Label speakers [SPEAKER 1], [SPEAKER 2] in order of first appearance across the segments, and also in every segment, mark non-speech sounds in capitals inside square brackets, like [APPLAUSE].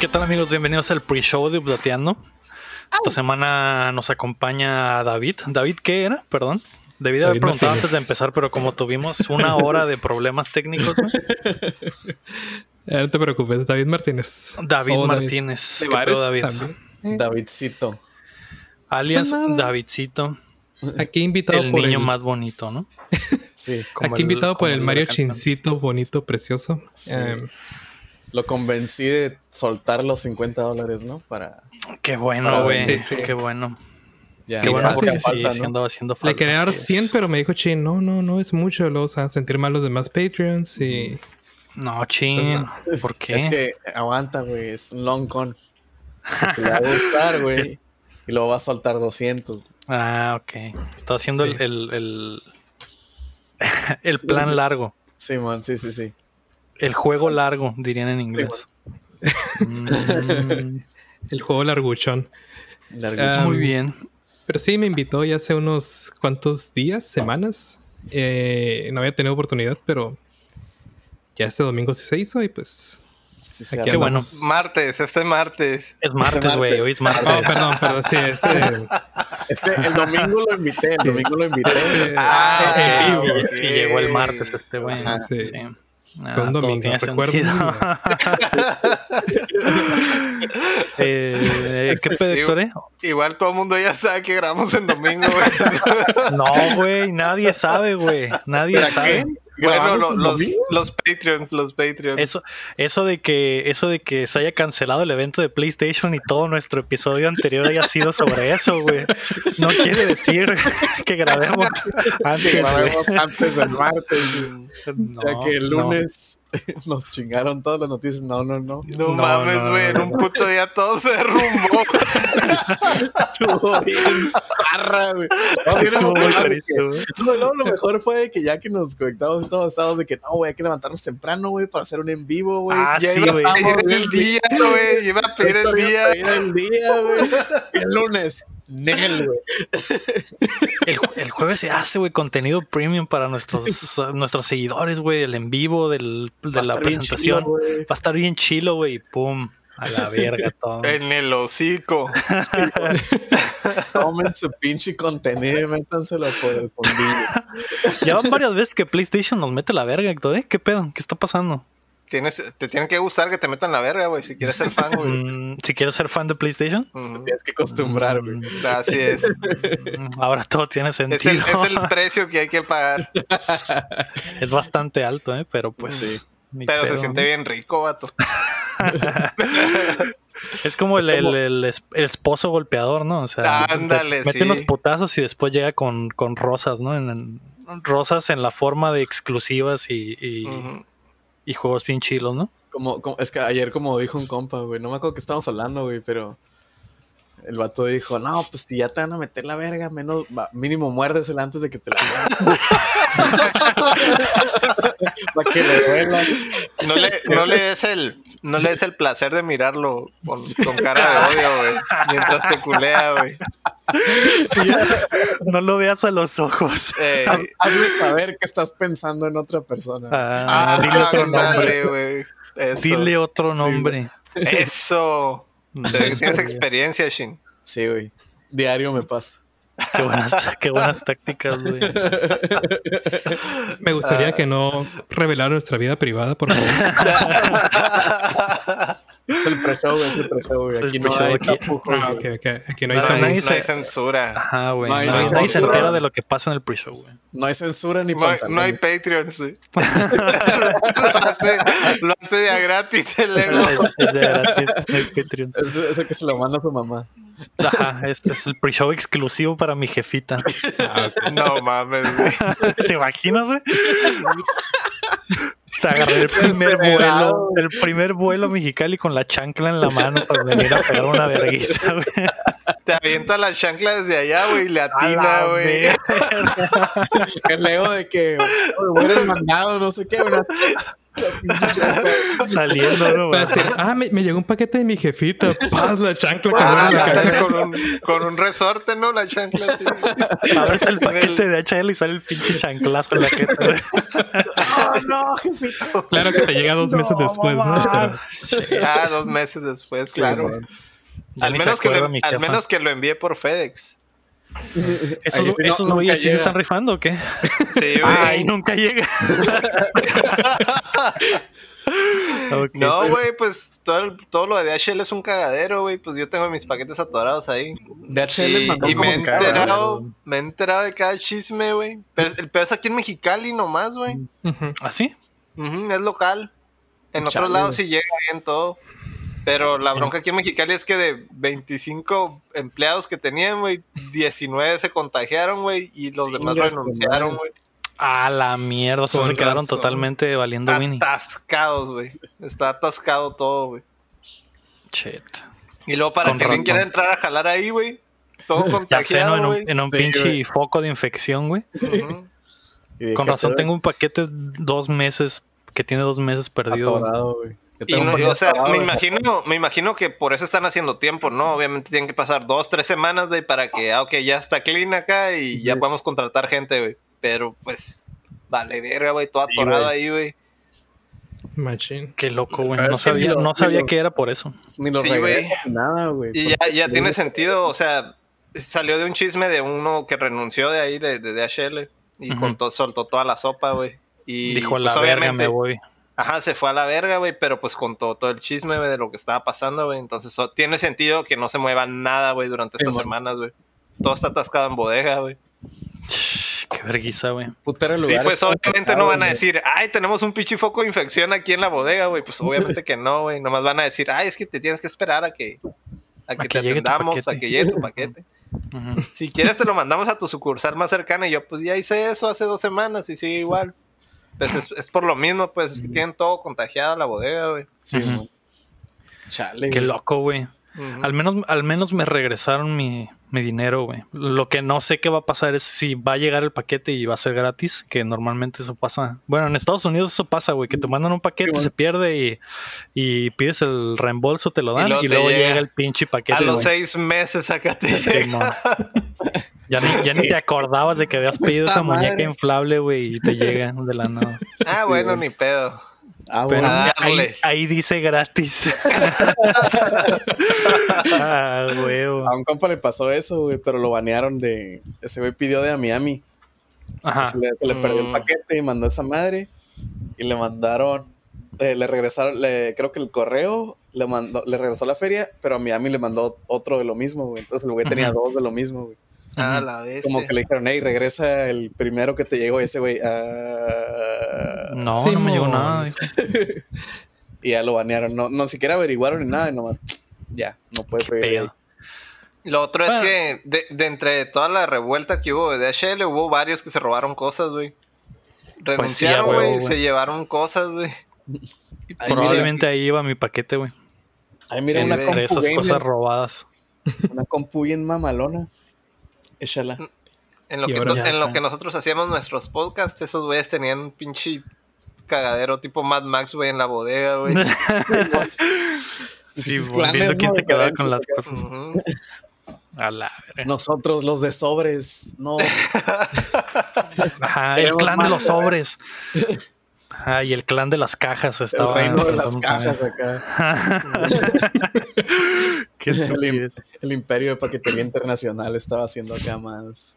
[SPEAKER 1] ¿Qué tal amigos? Bienvenidos al pre-show de Updateando. Esta semana nos acompaña David. David, ¿qué era? Perdón. Debí de haber
[SPEAKER 2] David
[SPEAKER 1] preguntado
[SPEAKER 2] Martínez.
[SPEAKER 1] antes de empezar, pero como tuvimos una hora de problemas técnicos,
[SPEAKER 2] [LAUGHS]
[SPEAKER 1] güey,
[SPEAKER 2] Eh, no te preocupes, David Martínez.
[SPEAKER 1] David
[SPEAKER 2] Oh,
[SPEAKER 1] Martínez.
[SPEAKER 3] De
[SPEAKER 1] ¿Qué pedo, David?
[SPEAKER 2] también.
[SPEAKER 3] Davidcito.
[SPEAKER 1] Alias
[SPEAKER 2] Pues nada.
[SPEAKER 1] Davidcito,
[SPEAKER 2] Aquí invitado
[SPEAKER 1] el
[SPEAKER 2] por
[SPEAKER 1] niño
[SPEAKER 2] el,
[SPEAKER 1] más bonito, ¿no?
[SPEAKER 3] Sí.
[SPEAKER 1] Como
[SPEAKER 2] aquí
[SPEAKER 1] el-
[SPEAKER 2] invitado por
[SPEAKER 1] como
[SPEAKER 2] el Mario
[SPEAKER 1] huracán Sandy.
[SPEAKER 2] Chincito, bonito, precioso.
[SPEAKER 3] Sí.
[SPEAKER 2] Eh,
[SPEAKER 3] Lo convencí de soltar los 50 dólares, ¿no? Para.
[SPEAKER 1] Qué bueno,
[SPEAKER 3] Ah,
[SPEAKER 1] güey.
[SPEAKER 2] sí, sí.
[SPEAKER 1] Qué bueno.
[SPEAKER 3] Ya,
[SPEAKER 1] Qué bueno
[SPEAKER 3] hacía
[SPEAKER 1] porque sí,
[SPEAKER 3] falta,
[SPEAKER 1] sí
[SPEAKER 3] ¿no?
[SPEAKER 1] andaba haciendo falta.
[SPEAKER 2] le quería dar
[SPEAKER 1] así es.
[SPEAKER 2] 100, pero me dijo, che, no, no, no es mucho. Lo vas a sentir mal los demás Patreons. Y
[SPEAKER 1] No, chin. ¿Por qué?
[SPEAKER 3] Es que aguanta, güey. Es un long
[SPEAKER 1] [LAUGHS]
[SPEAKER 3] con. Te va a gustar, güey. Y luego va a soltar 200.
[SPEAKER 1] Ah, ok. Estaba haciendo
[SPEAKER 2] Sí.
[SPEAKER 1] el, el, el, [LAUGHS] el plan largo.
[SPEAKER 3] Sí, man, sí, sí, sí.
[SPEAKER 1] El juego largo, dirían en inglés. Mm,
[SPEAKER 2] el juego larguchón.
[SPEAKER 3] Larguito.
[SPEAKER 2] Ah,
[SPEAKER 1] muy bien.
[SPEAKER 2] Pero sí, me invitó ya hace unos cuantos días, semanas. Eh, no había tenido oportunidad, pero ya este domingo sí se hizo y pues...
[SPEAKER 3] Sí, sí,
[SPEAKER 2] aquí
[SPEAKER 1] Qué bueno.
[SPEAKER 2] andamos.
[SPEAKER 4] Martes, este martes.
[SPEAKER 1] Es martes,
[SPEAKER 3] martes.
[SPEAKER 1] güey. Hoy es
[SPEAKER 2] [LAUGHS] Oh,
[SPEAKER 1] martes.
[SPEAKER 2] perdón, perdón, sí, es, eh,
[SPEAKER 1] [LAUGHS]
[SPEAKER 3] Es que el domingo lo invité, el domingo lo invité.
[SPEAKER 4] Ah,
[SPEAKER 1] Y-
[SPEAKER 4] ok.
[SPEAKER 1] Y llegó el martes este güey.
[SPEAKER 3] Ajá,
[SPEAKER 2] sí.
[SPEAKER 1] Sí. Ah,
[SPEAKER 2] Fue un
[SPEAKER 1] todo
[SPEAKER 2] domingo,
[SPEAKER 1] tiene
[SPEAKER 2] recuerdo
[SPEAKER 1] sentido.
[SPEAKER 2] un [LAUGHS] domingo.
[SPEAKER 1] Eh, ¿Qué pedo, Héctor, eh?
[SPEAKER 4] Igual todo el mundo ya sabe que grabamos en domingo,
[SPEAKER 1] [LAUGHS]
[SPEAKER 4] güey.
[SPEAKER 1] No, güey. Nadie sabe, güey. Nadie
[SPEAKER 3] ¿Para
[SPEAKER 1] sabe.
[SPEAKER 3] qué?
[SPEAKER 4] bueno,
[SPEAKER 3] ¿Grabamos
[SPEAKER 4] lo-
[SPEAKER 3] el
[SPEAKER 4] los,
[SPEAKER 3] domingo?
[SPEAKER 4] los Patreons, los Patreons.
[SPEAKER 1] Eso, eso de que, eso de que se haya cancelado el evento de PlayStation y todo nuestro episodio anterior haya sido sobre eso, güey. No quiere decir [LAUGHS] que grabemos antes.
[SPEAKER 3] Que
[SPEAKER 1] güey.
[SPEAKER 3] grabamos antes del martes. güey.
[SPEAKER 1] [LAUGHS] No,
[SPEAKER 3] ya que el
[SPEAKER 1] no.
[SPEAKER 3] lunes [LAUGHS] nos chingaron todas las noticias. No, no, no.
[SPEAKER 4] No,
[SPEAKER 1] No,
[SPEAKER 4] mames,
[SPEAKER 1] no,
[SPEAKER 4] güey.
[SPEAKER 1] no,
[SPEAKER 4] En un puto día todo se derrumbó.
[SPEAKER 1] [LAUGHS]
[SPEAKER 3] Estuvo bien parra, güey. No, tiene
[SPEAKER 1] [LAUGHS] Estuvo muy
[SPEAKER 3] lugar,
[SPEAKER 1] triste,
[SPEAKER 3] güey.
[SPEAKER 1] güey.
[SPEAKER 3] No, no, lo mejor fue que ya que nos conectamos todos estábamos de que no, güey, hay que levantarnos temprano, güey, para hacer un en vivo, güey.
[SPEAKER 1] Ah,
[SPEAKER 4] Ya
[SPEAKER 1] sí,
[SPEAKER 4] iba
[SPEAKER 1] güey.
[SPEAKER 4] a pedir el día, güey. Iba a pedir el día.
[SPEAKER 3] Era el día,
[SPEAKER 4] [LAUGHS]
[SPEAKER 3] güey. El lunes. Nel, güey.
[SPEAKER 1] El, ju- el jueves se hace, güey, contenido premium para nuestros, [LAUGHS] nuestros seguidores, güey. El en vivo del, de
[SPEAKER 3] Va a
[SPEAKER 1] la
[SPEAKER 3] estar bien
[SPEAKER 1] presentación.
[SPEAKER 3] chido, güey.
[SPEAKER 1] Va a estar bien chilo, güey. Y pum, a la verga
[SPEAKER 3] [LAUGHS]
[SPEAKER 1] todo.
[SPEAKER 3] Eh,
[SPEAKER 4] En el hocico.
[SPEAKER 3] Tomen su pinche contenido y métanselo por el
[SPEAKER 1] [LAUGHS]
[SPEAKER 3] fondillo.
[SPEAKER 1] Ya van varias veces que PlayStation nos mete la verga, Héctor, ¿eh? ¿Qué pedo? ¿Qué está pasando?
[SPEAKER 4] Tienes, te tiene que gustar que te metan la verga, güey, si quieres ser fan, güey.
[SPEAKER 1] Mm, si quieres ser fan de PlayStation,
[SPEAKER 4] Ujú.
[SPEAKER 3] Tienes que acostumbrar, güey.
[SPEAKER 4] Así es.
[SPEAKER 1] Mm, ahora todo tiene
[SPEAKER 4] Es
[SPEAKER 1] sentido.
[SPEAKER 4] el,
[SPEAKER 1] Es, [LAUGHS]
[SPEAKER 4] es el precio que hay que pagar.
[SPEAKER 1] bastante alto, ¿eh? Pero pues.
[SPEAKER 3] Sí.
[SPEAKER 1] ni
[SPEAKER 4] Pero
[SPEAKER 1] pedo,
[SPEAKER 4] se siente
[SPEAKER 1] ¿no?
[SPEAKER 4] bien rico, vato.
[SPEAKER 1] Es como, el,
[SPEAKER 3] Es como-
[SPEAKER 1] El, el es- el esposo golpeador, ¿no? O sea,
[SPEAKER 4] Ándale,
[SPEAKER 1] te- mete
[SPEAKER 4] sí.
[SPEAKER 1] unos putazos y después llega con, con rosas, ¿no? En, en- rosas en la forma de exclusivas y, y,
[SPEAKER 4] Ujú.
[SPEAKER 1] y juegos bien chilos, ¿no? [LAUGHS]
[SPEAKER 3] Como, como- es que ayer como dijo un compa, güey, no me acuerdo que estábamos hablando, güey, pero el vato dijo, no, pues si ya te van a meter la verga, menos, va- mínimo muérdesela antes de que te la [LAUGHS] metan". Para que le duela.
[SPEAKER 4] No le, no le des el, no le des el placer de mirarlo con, con cara de odio, güey. Mientras te culea, güey.
[SPEAKER 1] no lo veas a los ojos.
[SPEAKER 4] Eh,
[SPEAKER 3] Hazle saber que estás pensando en otra persona.
[SPEAKER 1] Ah, dile
[SPEAKER 4] ah,
[SPEAKER 1] otro nombre.
[SPEAKER 4] ándale, güey. Eso.
[SPEAKER 1] Dile otro nombre.
[SPEAKER 4] Eso. Se ve que tienes
[SPEAKER 1] Mm.
[SPEAKER 4] experiencia, Shin.
[SPEAKER 3] Sí, güey. Diario me pasa.
[SPEAKER 1] [LAUGHS] Qué buenas, qué buenas tácticas, güey.
[SPEAKER 2] Me gustaría que no revelara nuestra vida privada, por [LAUGHS] favor.
[SPEAKER 3] Es el pre-show, güey, es el pre-show, güey.
[SPEAKER 1] Es
[SPEAKER 3] Aquí
[SPEAKER 1] el
[SPEAKER 3] no
[SPEAKER 1] pre-show,
[SPEAKER 3] hay
[SPEAKER 1] aquí-
[SPEAKER 3] tapujos,
[SPEAKER 2] Ah,
[SPEAKER 3] güey.
[SPEAKER 2] ok, ok. Aquí no hay
[SPEAKER 4] No hay,
[SPEAKER 1] nadie
[SPEAKER 2] tabús.
[SPEAKER 4] no hay
[SPEAKER 1] se-
[SPEAKER 4] censura.
[SPEAKER 1] Ajá, güey.
[SPEAKER 3] No hay-
[SPEAKER 1] Nadie,
[SPEAKER 4] no hay
[SPEAKER 1] nadie se
[SPEAKER 4] otro.
[SPEAKER 1] entera de lo que pasa en el pre-show, güey.
[SPEAKER 3] No hay censura ni
[SPEAKER 4] No hay,
[SPEAKER 3] pantalones.
[SPEAKER 4] no hay Patreons, güey. lo, hace, lo hace de a gratis el ego.
[SPEAKER 1] [LAUGHS] Es- es de gratis, no hay Patreon.
[SPEAKER 3] Es- Eso que se lo manda a su mamá.
[SPEAKER 1] Ajá, este es el pre-show exclusivo para mi jefita. [LAUGHS]
[SPEAKER 4] No mames, güey.
[SPEAKER 1] ¿Te imaginas, güey? Te agarré el primer vuelo,
[SPEAKER 3] Desesperado.
[SPEAKER 1] el primer vuelo mexicali con la chancla en la mano para venir a pegar una verguiza, güey.
[SPEAKER 4] Te avienta la chancla desde allá, güey, y le
[SPEAKER 1] A
[SPEAKER 4] atina,
[SPEAKER 1] la
[SPEAKER 4] güey.
[SPEAKER 1] verga.
[SPEAKER 3] El ego de que, güey, eres mandado, no sé qué, güey.
[SPEAKER 1] Saliendo, ¿no, güey?
[SPEAKER 2] Para decir, ah, me, me llegó un paquete de mi [LAUGHS] jefita. Paz, la chancla que
[SPEAKER 4] Ah,
[SPEAKER 2] me
[SPEAKER 4] ándale,
[SPEAKER 2] cayó.
[SPEAKER 4] con, un, con un resorte, ¿no? La chancla. así.
[SPEAKER 1] Abres el paquete de HL y sale el pinche chanclazo en la que
[SPEAKER 3] no, jefita.
[SPEAKER 2] Claro que te llega dos meses después, ¿no? Pero
[SPEAKER 3] [LAUGHS]
[SPEAKER 4] Ah, dos meses después, claro.
[SPEAKER 3] Simón.
[SPEAKER 1] Ya
[SPEAKER 4] Al
[SPEAKER 1] ni se
[SPEAKER 4] menos, que
[SPEAKER 1] acuerda
[SPEAKER 4] lo,
[SPEAKER 1] mi
[SPEAKER 4] al
[SPEAKER 1] jefa.
[SPEAKER 4] menos que lo envié por FedEx.
[SPEAKER 1] ¿Esos,
[SPEAKER 3] Ahí sí no-
[SPEAKER 1] esos
[SPEAKER 3] nunca
[SPEAKER 1] güeyes sí se
[SPEAKER 3] llega.
[SPEAKER 1] están rifando o qué?
[SPEAKER 4] [LAUGHS] Sí, güey.
[SPEAKER 1] Ay, nunca llega. [LAUGHS] Ok.
[SPEAKER 4] No, güey, pues todo, el- todo lo de DHL es un cagadero, güey. Pues yo tengo mis paquetes atorados ahí.
[SPEAKER 3] DHL
[SPEAKER 4] Y,
[SPEAKER 3] mandó
[SPEAKER 4] y
[SPEAKER 3] como
[SPEAKER 4] me he
[SPEAKER 3] un
[SPEAKER 1] cabrón.
[SPEAKER 4] enterado, me he enterado de cada chisme, güey. Pero, es- pero es aquí en Mexicali nomás, güey.
[SPEAKER 2] Ujú.
[SPEAKER 1] ¿Ah, sí?
[SPEAKER 4] Ujú, es local. En otros
[SPEAKER 3] Mm. Chale,
[SPEAKER 4] lados
[SPEAKER 3] güey.
[SPEAKER 4] sí llega bien todo. Pero la bronca aquí en Mexicali es que de 25 empleados que tenían, güey, 19 se contagiaron, güey, y los demás
[SPEAKER 3] Chinga su
[SPEAKER 4] renunciaron,
[SPEAKER 3] madre.
[SPEAKER 4] güey.
[SPEAKER 1] A la mierda, o sea,
[SPEAKER 4] Con
[SPEAKER 1] se quedaron
[SPEAKER 4] razón.
[SPEAKER 1] totalmente valiendo Winnie.
[SPEAKER 4] Atascados, güey. Está atascado todo, güey.
[SPEAKER 1] Shit.
[SPEAKER 4] Y luego para
[SPEAKER 1] Con
[SPEAKER 4] que alguien
[SPEAKER 1] razón.
[SPEAKER 4] quiera entrar a jalar ahí, güey, todo
[SPEAKER 1] [LAUGHS] Ya sé, ¿no? En
[SPEAKER 4] contagiado, güey.
[SPEAKER 1] un, en un
[SPEAKER 3] Sí,
[SPEAKER 1] pinche
[SPEAKER 3] güey.
[SPEAKER 1] foco de infección, güey.
[SPEAKER 4] Ujú.
[SPEAKER 3] Y dije,
[SPEAKER 1] Con razón
[SPEAKER 3] "Pero
[SPEAKER 1] tengo un paquete dos meses, que tiene dos meses perdido. güey.
[SPEAKER 3] atorado, güey. Yo
[SPEAKER 4] Y
[SPEAKER 3] tengo un
[SPEAKER 4] no-
[SPEAKER 3] paquete
[SPEAKER 4] o sea,
[SPEAKER 3] atorado,
[SPEAKER 4] me
[SPEAKER 3] güey.
[SPEAKER 4] imagino, me imagino que por eso están haciendo tiempo, ¿no? Obviamente tienen que pasar dos, tres semanas, güey, para que, ah, ok, ya está clean acá y ya
[SPEAKER 3] Ujú.
[SPEAKER 4] podemos contratar gente, güey. Pero pues, vale verga, güey, todo
[SPEAKER 3] Sí,
[SPEAKER 4] atorado
[SPEAKER 3] güey.
[SPEAKER 4] ahí, güey.
[SPEAKER 2] Machine.
[SPEAKER 1] Qué loco, güey.
[SPEAKER 3] Pero
[SPEAKER 1] No
[SPEAKER 3] es que
[SPEAKER 1] sabía,
[SPEAKER 3] ni lo-
[SPEAKER 1] no
[SPEAKER 3] ni
[SPEAKER 1] sabía
[SPEAKER 3] lo-
[SPEAKER 1] que era por eso.
[SPEAKER 3] Ni lo
[SPEAKER 4] Sí,
[SPEAKER 3] regreso
[SPEAKER 4] güey.
[SPEAKER 3] ni nada, güey.
[SPEAKER 4] Y ya, ya tiene sentido, o sea, salió de un chisme de uno que renunció de ahí, de, de DHL, y
[SPEAKER 1] Ujú.
[SPEAKER 4] contó- soltó toda la sopa, güey. Y
[SPEAKER 1] Dijo, a la
[SPEAKER 4] pues,
[SPEAKER 1] verga,
[SPEAKER 4] obviamente-
[SPEAKER 1] me voy.
[SPEAKER 4] Ajá, se fue a la verga, güey, pero pues contó todo el chisme, güey, de lo que estaba pasando, güey. Entonces so- tiene sentido que no se mueva nada, güey, durante
[SPEAKER 3] Sí,
[SPEAKER 4] estas
[SPEAKER 3] mon.
[SPEAKER 4] semanas, güey. Todo está atascado en bodega, güey.
[SPEAKER 1] Qué vergüenza, güey.
[SPEAKER 3] Putero
[SPEAKER 4] Y
[SPEAKER 3] lugar.
[SPEAKER 4] pues obviamente no van a decir, ay, tenemos un pinche foco de infección aquí en la bodega, güey. Pues obviamente que no, güey. Nomás van a decir, ay, es que te tienes que esperar a que, a que
[SPEAKER 1] que
[SPEAKER 4] te
[SPEAKER 1] llegue tu
[SPEAKER 4] atendamos, a
[SPEAKER 1] paquete".
[SPEAKER 4] que llegue tu paquete.
[SPEAKER 1] Ujú.
[SPEAKER 4] Si quieres te lo mandamos a tu sucursal más cercana. Y yo, pues ya hice eso hace dos semanas y sigue igual. Pues es, es por lo mismo, pues es que tienen todo contagiado la bodega, güey.
[SPEAKER 3] Sí,
[SPEAKER 1] Ujú.
[SPEAKER 3] güey. Chale,
[SPEAKER 1] Qué
[SPEAKER 3] güey.
[SPEAKER 1] loco, güey.
[SPEAKER 4] Ujú.
[SPEAKER 1] Al menos, al menos me regresaron mi, mi dinero, güey. Lo que no sé qué va a pasar es si va a llegar el paquete y va a ser gratis, que normalmente eso pasa. Bueno, en Estados Unidos eso pasa, güey, que te mandan un paquete,
[SPEAKER 3] Sí,
[SPEAKER 1] se pierde y, y pides el reembolso, te lo dan y luego,
[SPEAKER 4] luego te
[SPEAKER 1] llega.
[SPEAKER 4] llega.
[SPEAKER 1] el pinche paquete.
[SPEAKER 4] A los
[SPEAKER 1] güey.
[SPEAKER 4] seis meses acá te
[SPEAKER 1] Sí,
[SPEAKER 4] llega.
[SPEAKER 1] no. ya, ni, ya ni te acordabas de que habías pedido
[SPEAKER 3] Pues Esta
[SPEAKER 1] esa muñeca
[SPEAKER 3] madre.
[SPEAKER 1] inflable, güey, y
[SPEAKER 3] [LAUGHS]
[SPEAKER 1] te llega de la nada.
[SPEAKER 4] Ah, bueno, ni pedo.
[SPEAKER 3] Ah,
[SPEAKER 1] Pero
[SPEAKER 3] bueno.
[SPEAKER 4] a
[SPEAKER 1] ahí,
[SPEAKER 4] darle.
[SPEAKER 1] ahí dice
[SPEAKER 4] [LAUGHS]
[SPEAKER 1] gratis. [LAUGHS] ah, huevo.
[SPEAKER 3] A un compa le pasó eso, güey, pero lo banearon de. Ese güey pidió de a Miami.
[SPEAKER 1] Ajá.
[SPEAKER 3] Se le, se le perdió el
[SPEAKER 4] Mm.
[SPEAKER 3] paquete y mandó esa madre. Y le mandaron. eh, le regresaron, le, creo que el correo le mandó, le regresó la feria, pero a Miami le mandó otro de lo mismo, güey. Entonces el güey tenía
[SPEAKER 1] Ujú.
[SPEAKER 3] dos de lo mismo, güey.
[SPEAKER 4] Ah, la vez.
[SPEAKER 3] Como que le dijeron, hey, regresa el primero que te llegó Y ese güey. ah,
[SPEAKER 1] No, no
[SPEAKER 2] Simón.
[SPEAKER 1] me llegó nada. dijo.
[SPEAKER 3] Y ya lo banearon. No, no siquiera averiguaron ni nada, y nomás. Ya, no puede
[SPEAKER 1] Qué
[SPEAKER 3] pedir. ahí.
[SPEAKER 1] pedo.
[SPEAKER 4] Lo otro
[SPEAKER 1] Bueno.
[SPEAKER 3] Ah.
[SPEAKER 4] es que de, de entre toda la revuelta que hubo de DHL, hubo varios que se robaron cosas, güey.
[SPEAKER 1] Pues sí, a
[SPEAKER 4] Renunciaron,
[SPEAKER 1] huevo,
[SPEAKER 4] güey,
[SPEAKER 1] güey.
[SPEAKER 4] se llevaron cosas, güey.
[SPEAKER 3] Ay, mira,
[SPEAKER 1] Probablemente ahí iba mi paquete, güey.
[SPEAKER 3] Ay, mira,
[SPEAKER 4] Sí,
[SPEAKER 3] una
[SPEAKER 4] güey.
[SPEAKER 1] Entre
[SPEAKER 3] compu
[SPEAKER 1] esas
[SPEAKER 3] gamer,
[SPEAKER 1] cosas
[SPEAKER 3] [LAUGHS]
[SPEAKER 1] robadas.
[SPEAKER 3] una compu bien mamalona. Échala.
[SPEAKER 4] En lo,
[SPEAKER 2] Y
[SPEAKER 4] que,
[SPEAKER 2] ahora
[SPEAKER 4] to-
[SPEAKER 1] ya
[SPEAKER 4] en lo
[SPEAKER 1] sé.
[SPEAKER 4] que nosotros hacíamos nuestros podcasts, esos güeyes tenían un pinche cagadero tipo Mad Max, güey, en la
[SPEAKER 1] [LAUGHS]
[SPEAKER 4] bodega, güey.
[SPEAKER 1] Sí,
[SPEAKER 3] pues, Esos
[SPEAKER 1] güey,
[SPEAKER 3] clanes,
[SPEAKER 1] viendo quién
[SPEAKER 3] ¿no?
[SPEAKER 1] se quedaba con las cosas.
[SPEAKER 3] [LAUGHS]
[SPEAKER 4] Ujú.
[SPEAKER 1] A la verga.
[SPEAKER 3] Nosotros, los de sobres, no.
[SPEAKER 1] Ajá, el
[SPEAKER 3] Tenemos
[SPEAKER 1] clan de
[SPEAKER 3] más,
[SPEAKER 1] los
[SPEAKER 3] ¿verdad? [LAUGHS]
[SPEAKER 1] sobres. Ajá, y el clan de las cajas
[SPEAKER 3] El
[SPEAKER 1] estaba.
[SPEAKER 3] reino de las
[SPEAKER 1] tratando
[SPEAKER 3] cajas acá.
[SPEAKER 1] [LAUGHS]
[SPEAKER 3] [LAUGHS]
[SPEAKER 1] Qué estupidez.
[SPEAKER 3] El imperio de paquetería internacional estaba haciendo acá más,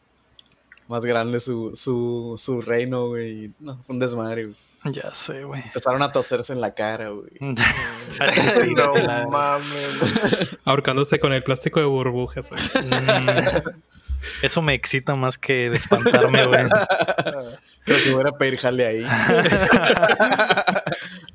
[SPEAKER 3] más grande su, su, su reino, güey. No, fue un desmadre, güey.
[SPEAKER 1] Ya sé, güey.
[SPEAKER 3] [LAUGHS] Empezaron a toserse en la cara, güey.
[SPEAKER 1] [LAUGHS] Así te digo, la-
[SPEAKER 4] no mames. güey.
[SPEAKER 2] Ahorcándose con el plástico de burbujas. güey.
[SPEAKER 1] Mm. Eso me excita más que de espantarme,
[SPEAKER 3] [LAUGHS]
[SPEAKER 1] güey.
[SPEAKER 3] Creo que voy a ir a pedir jale ahí.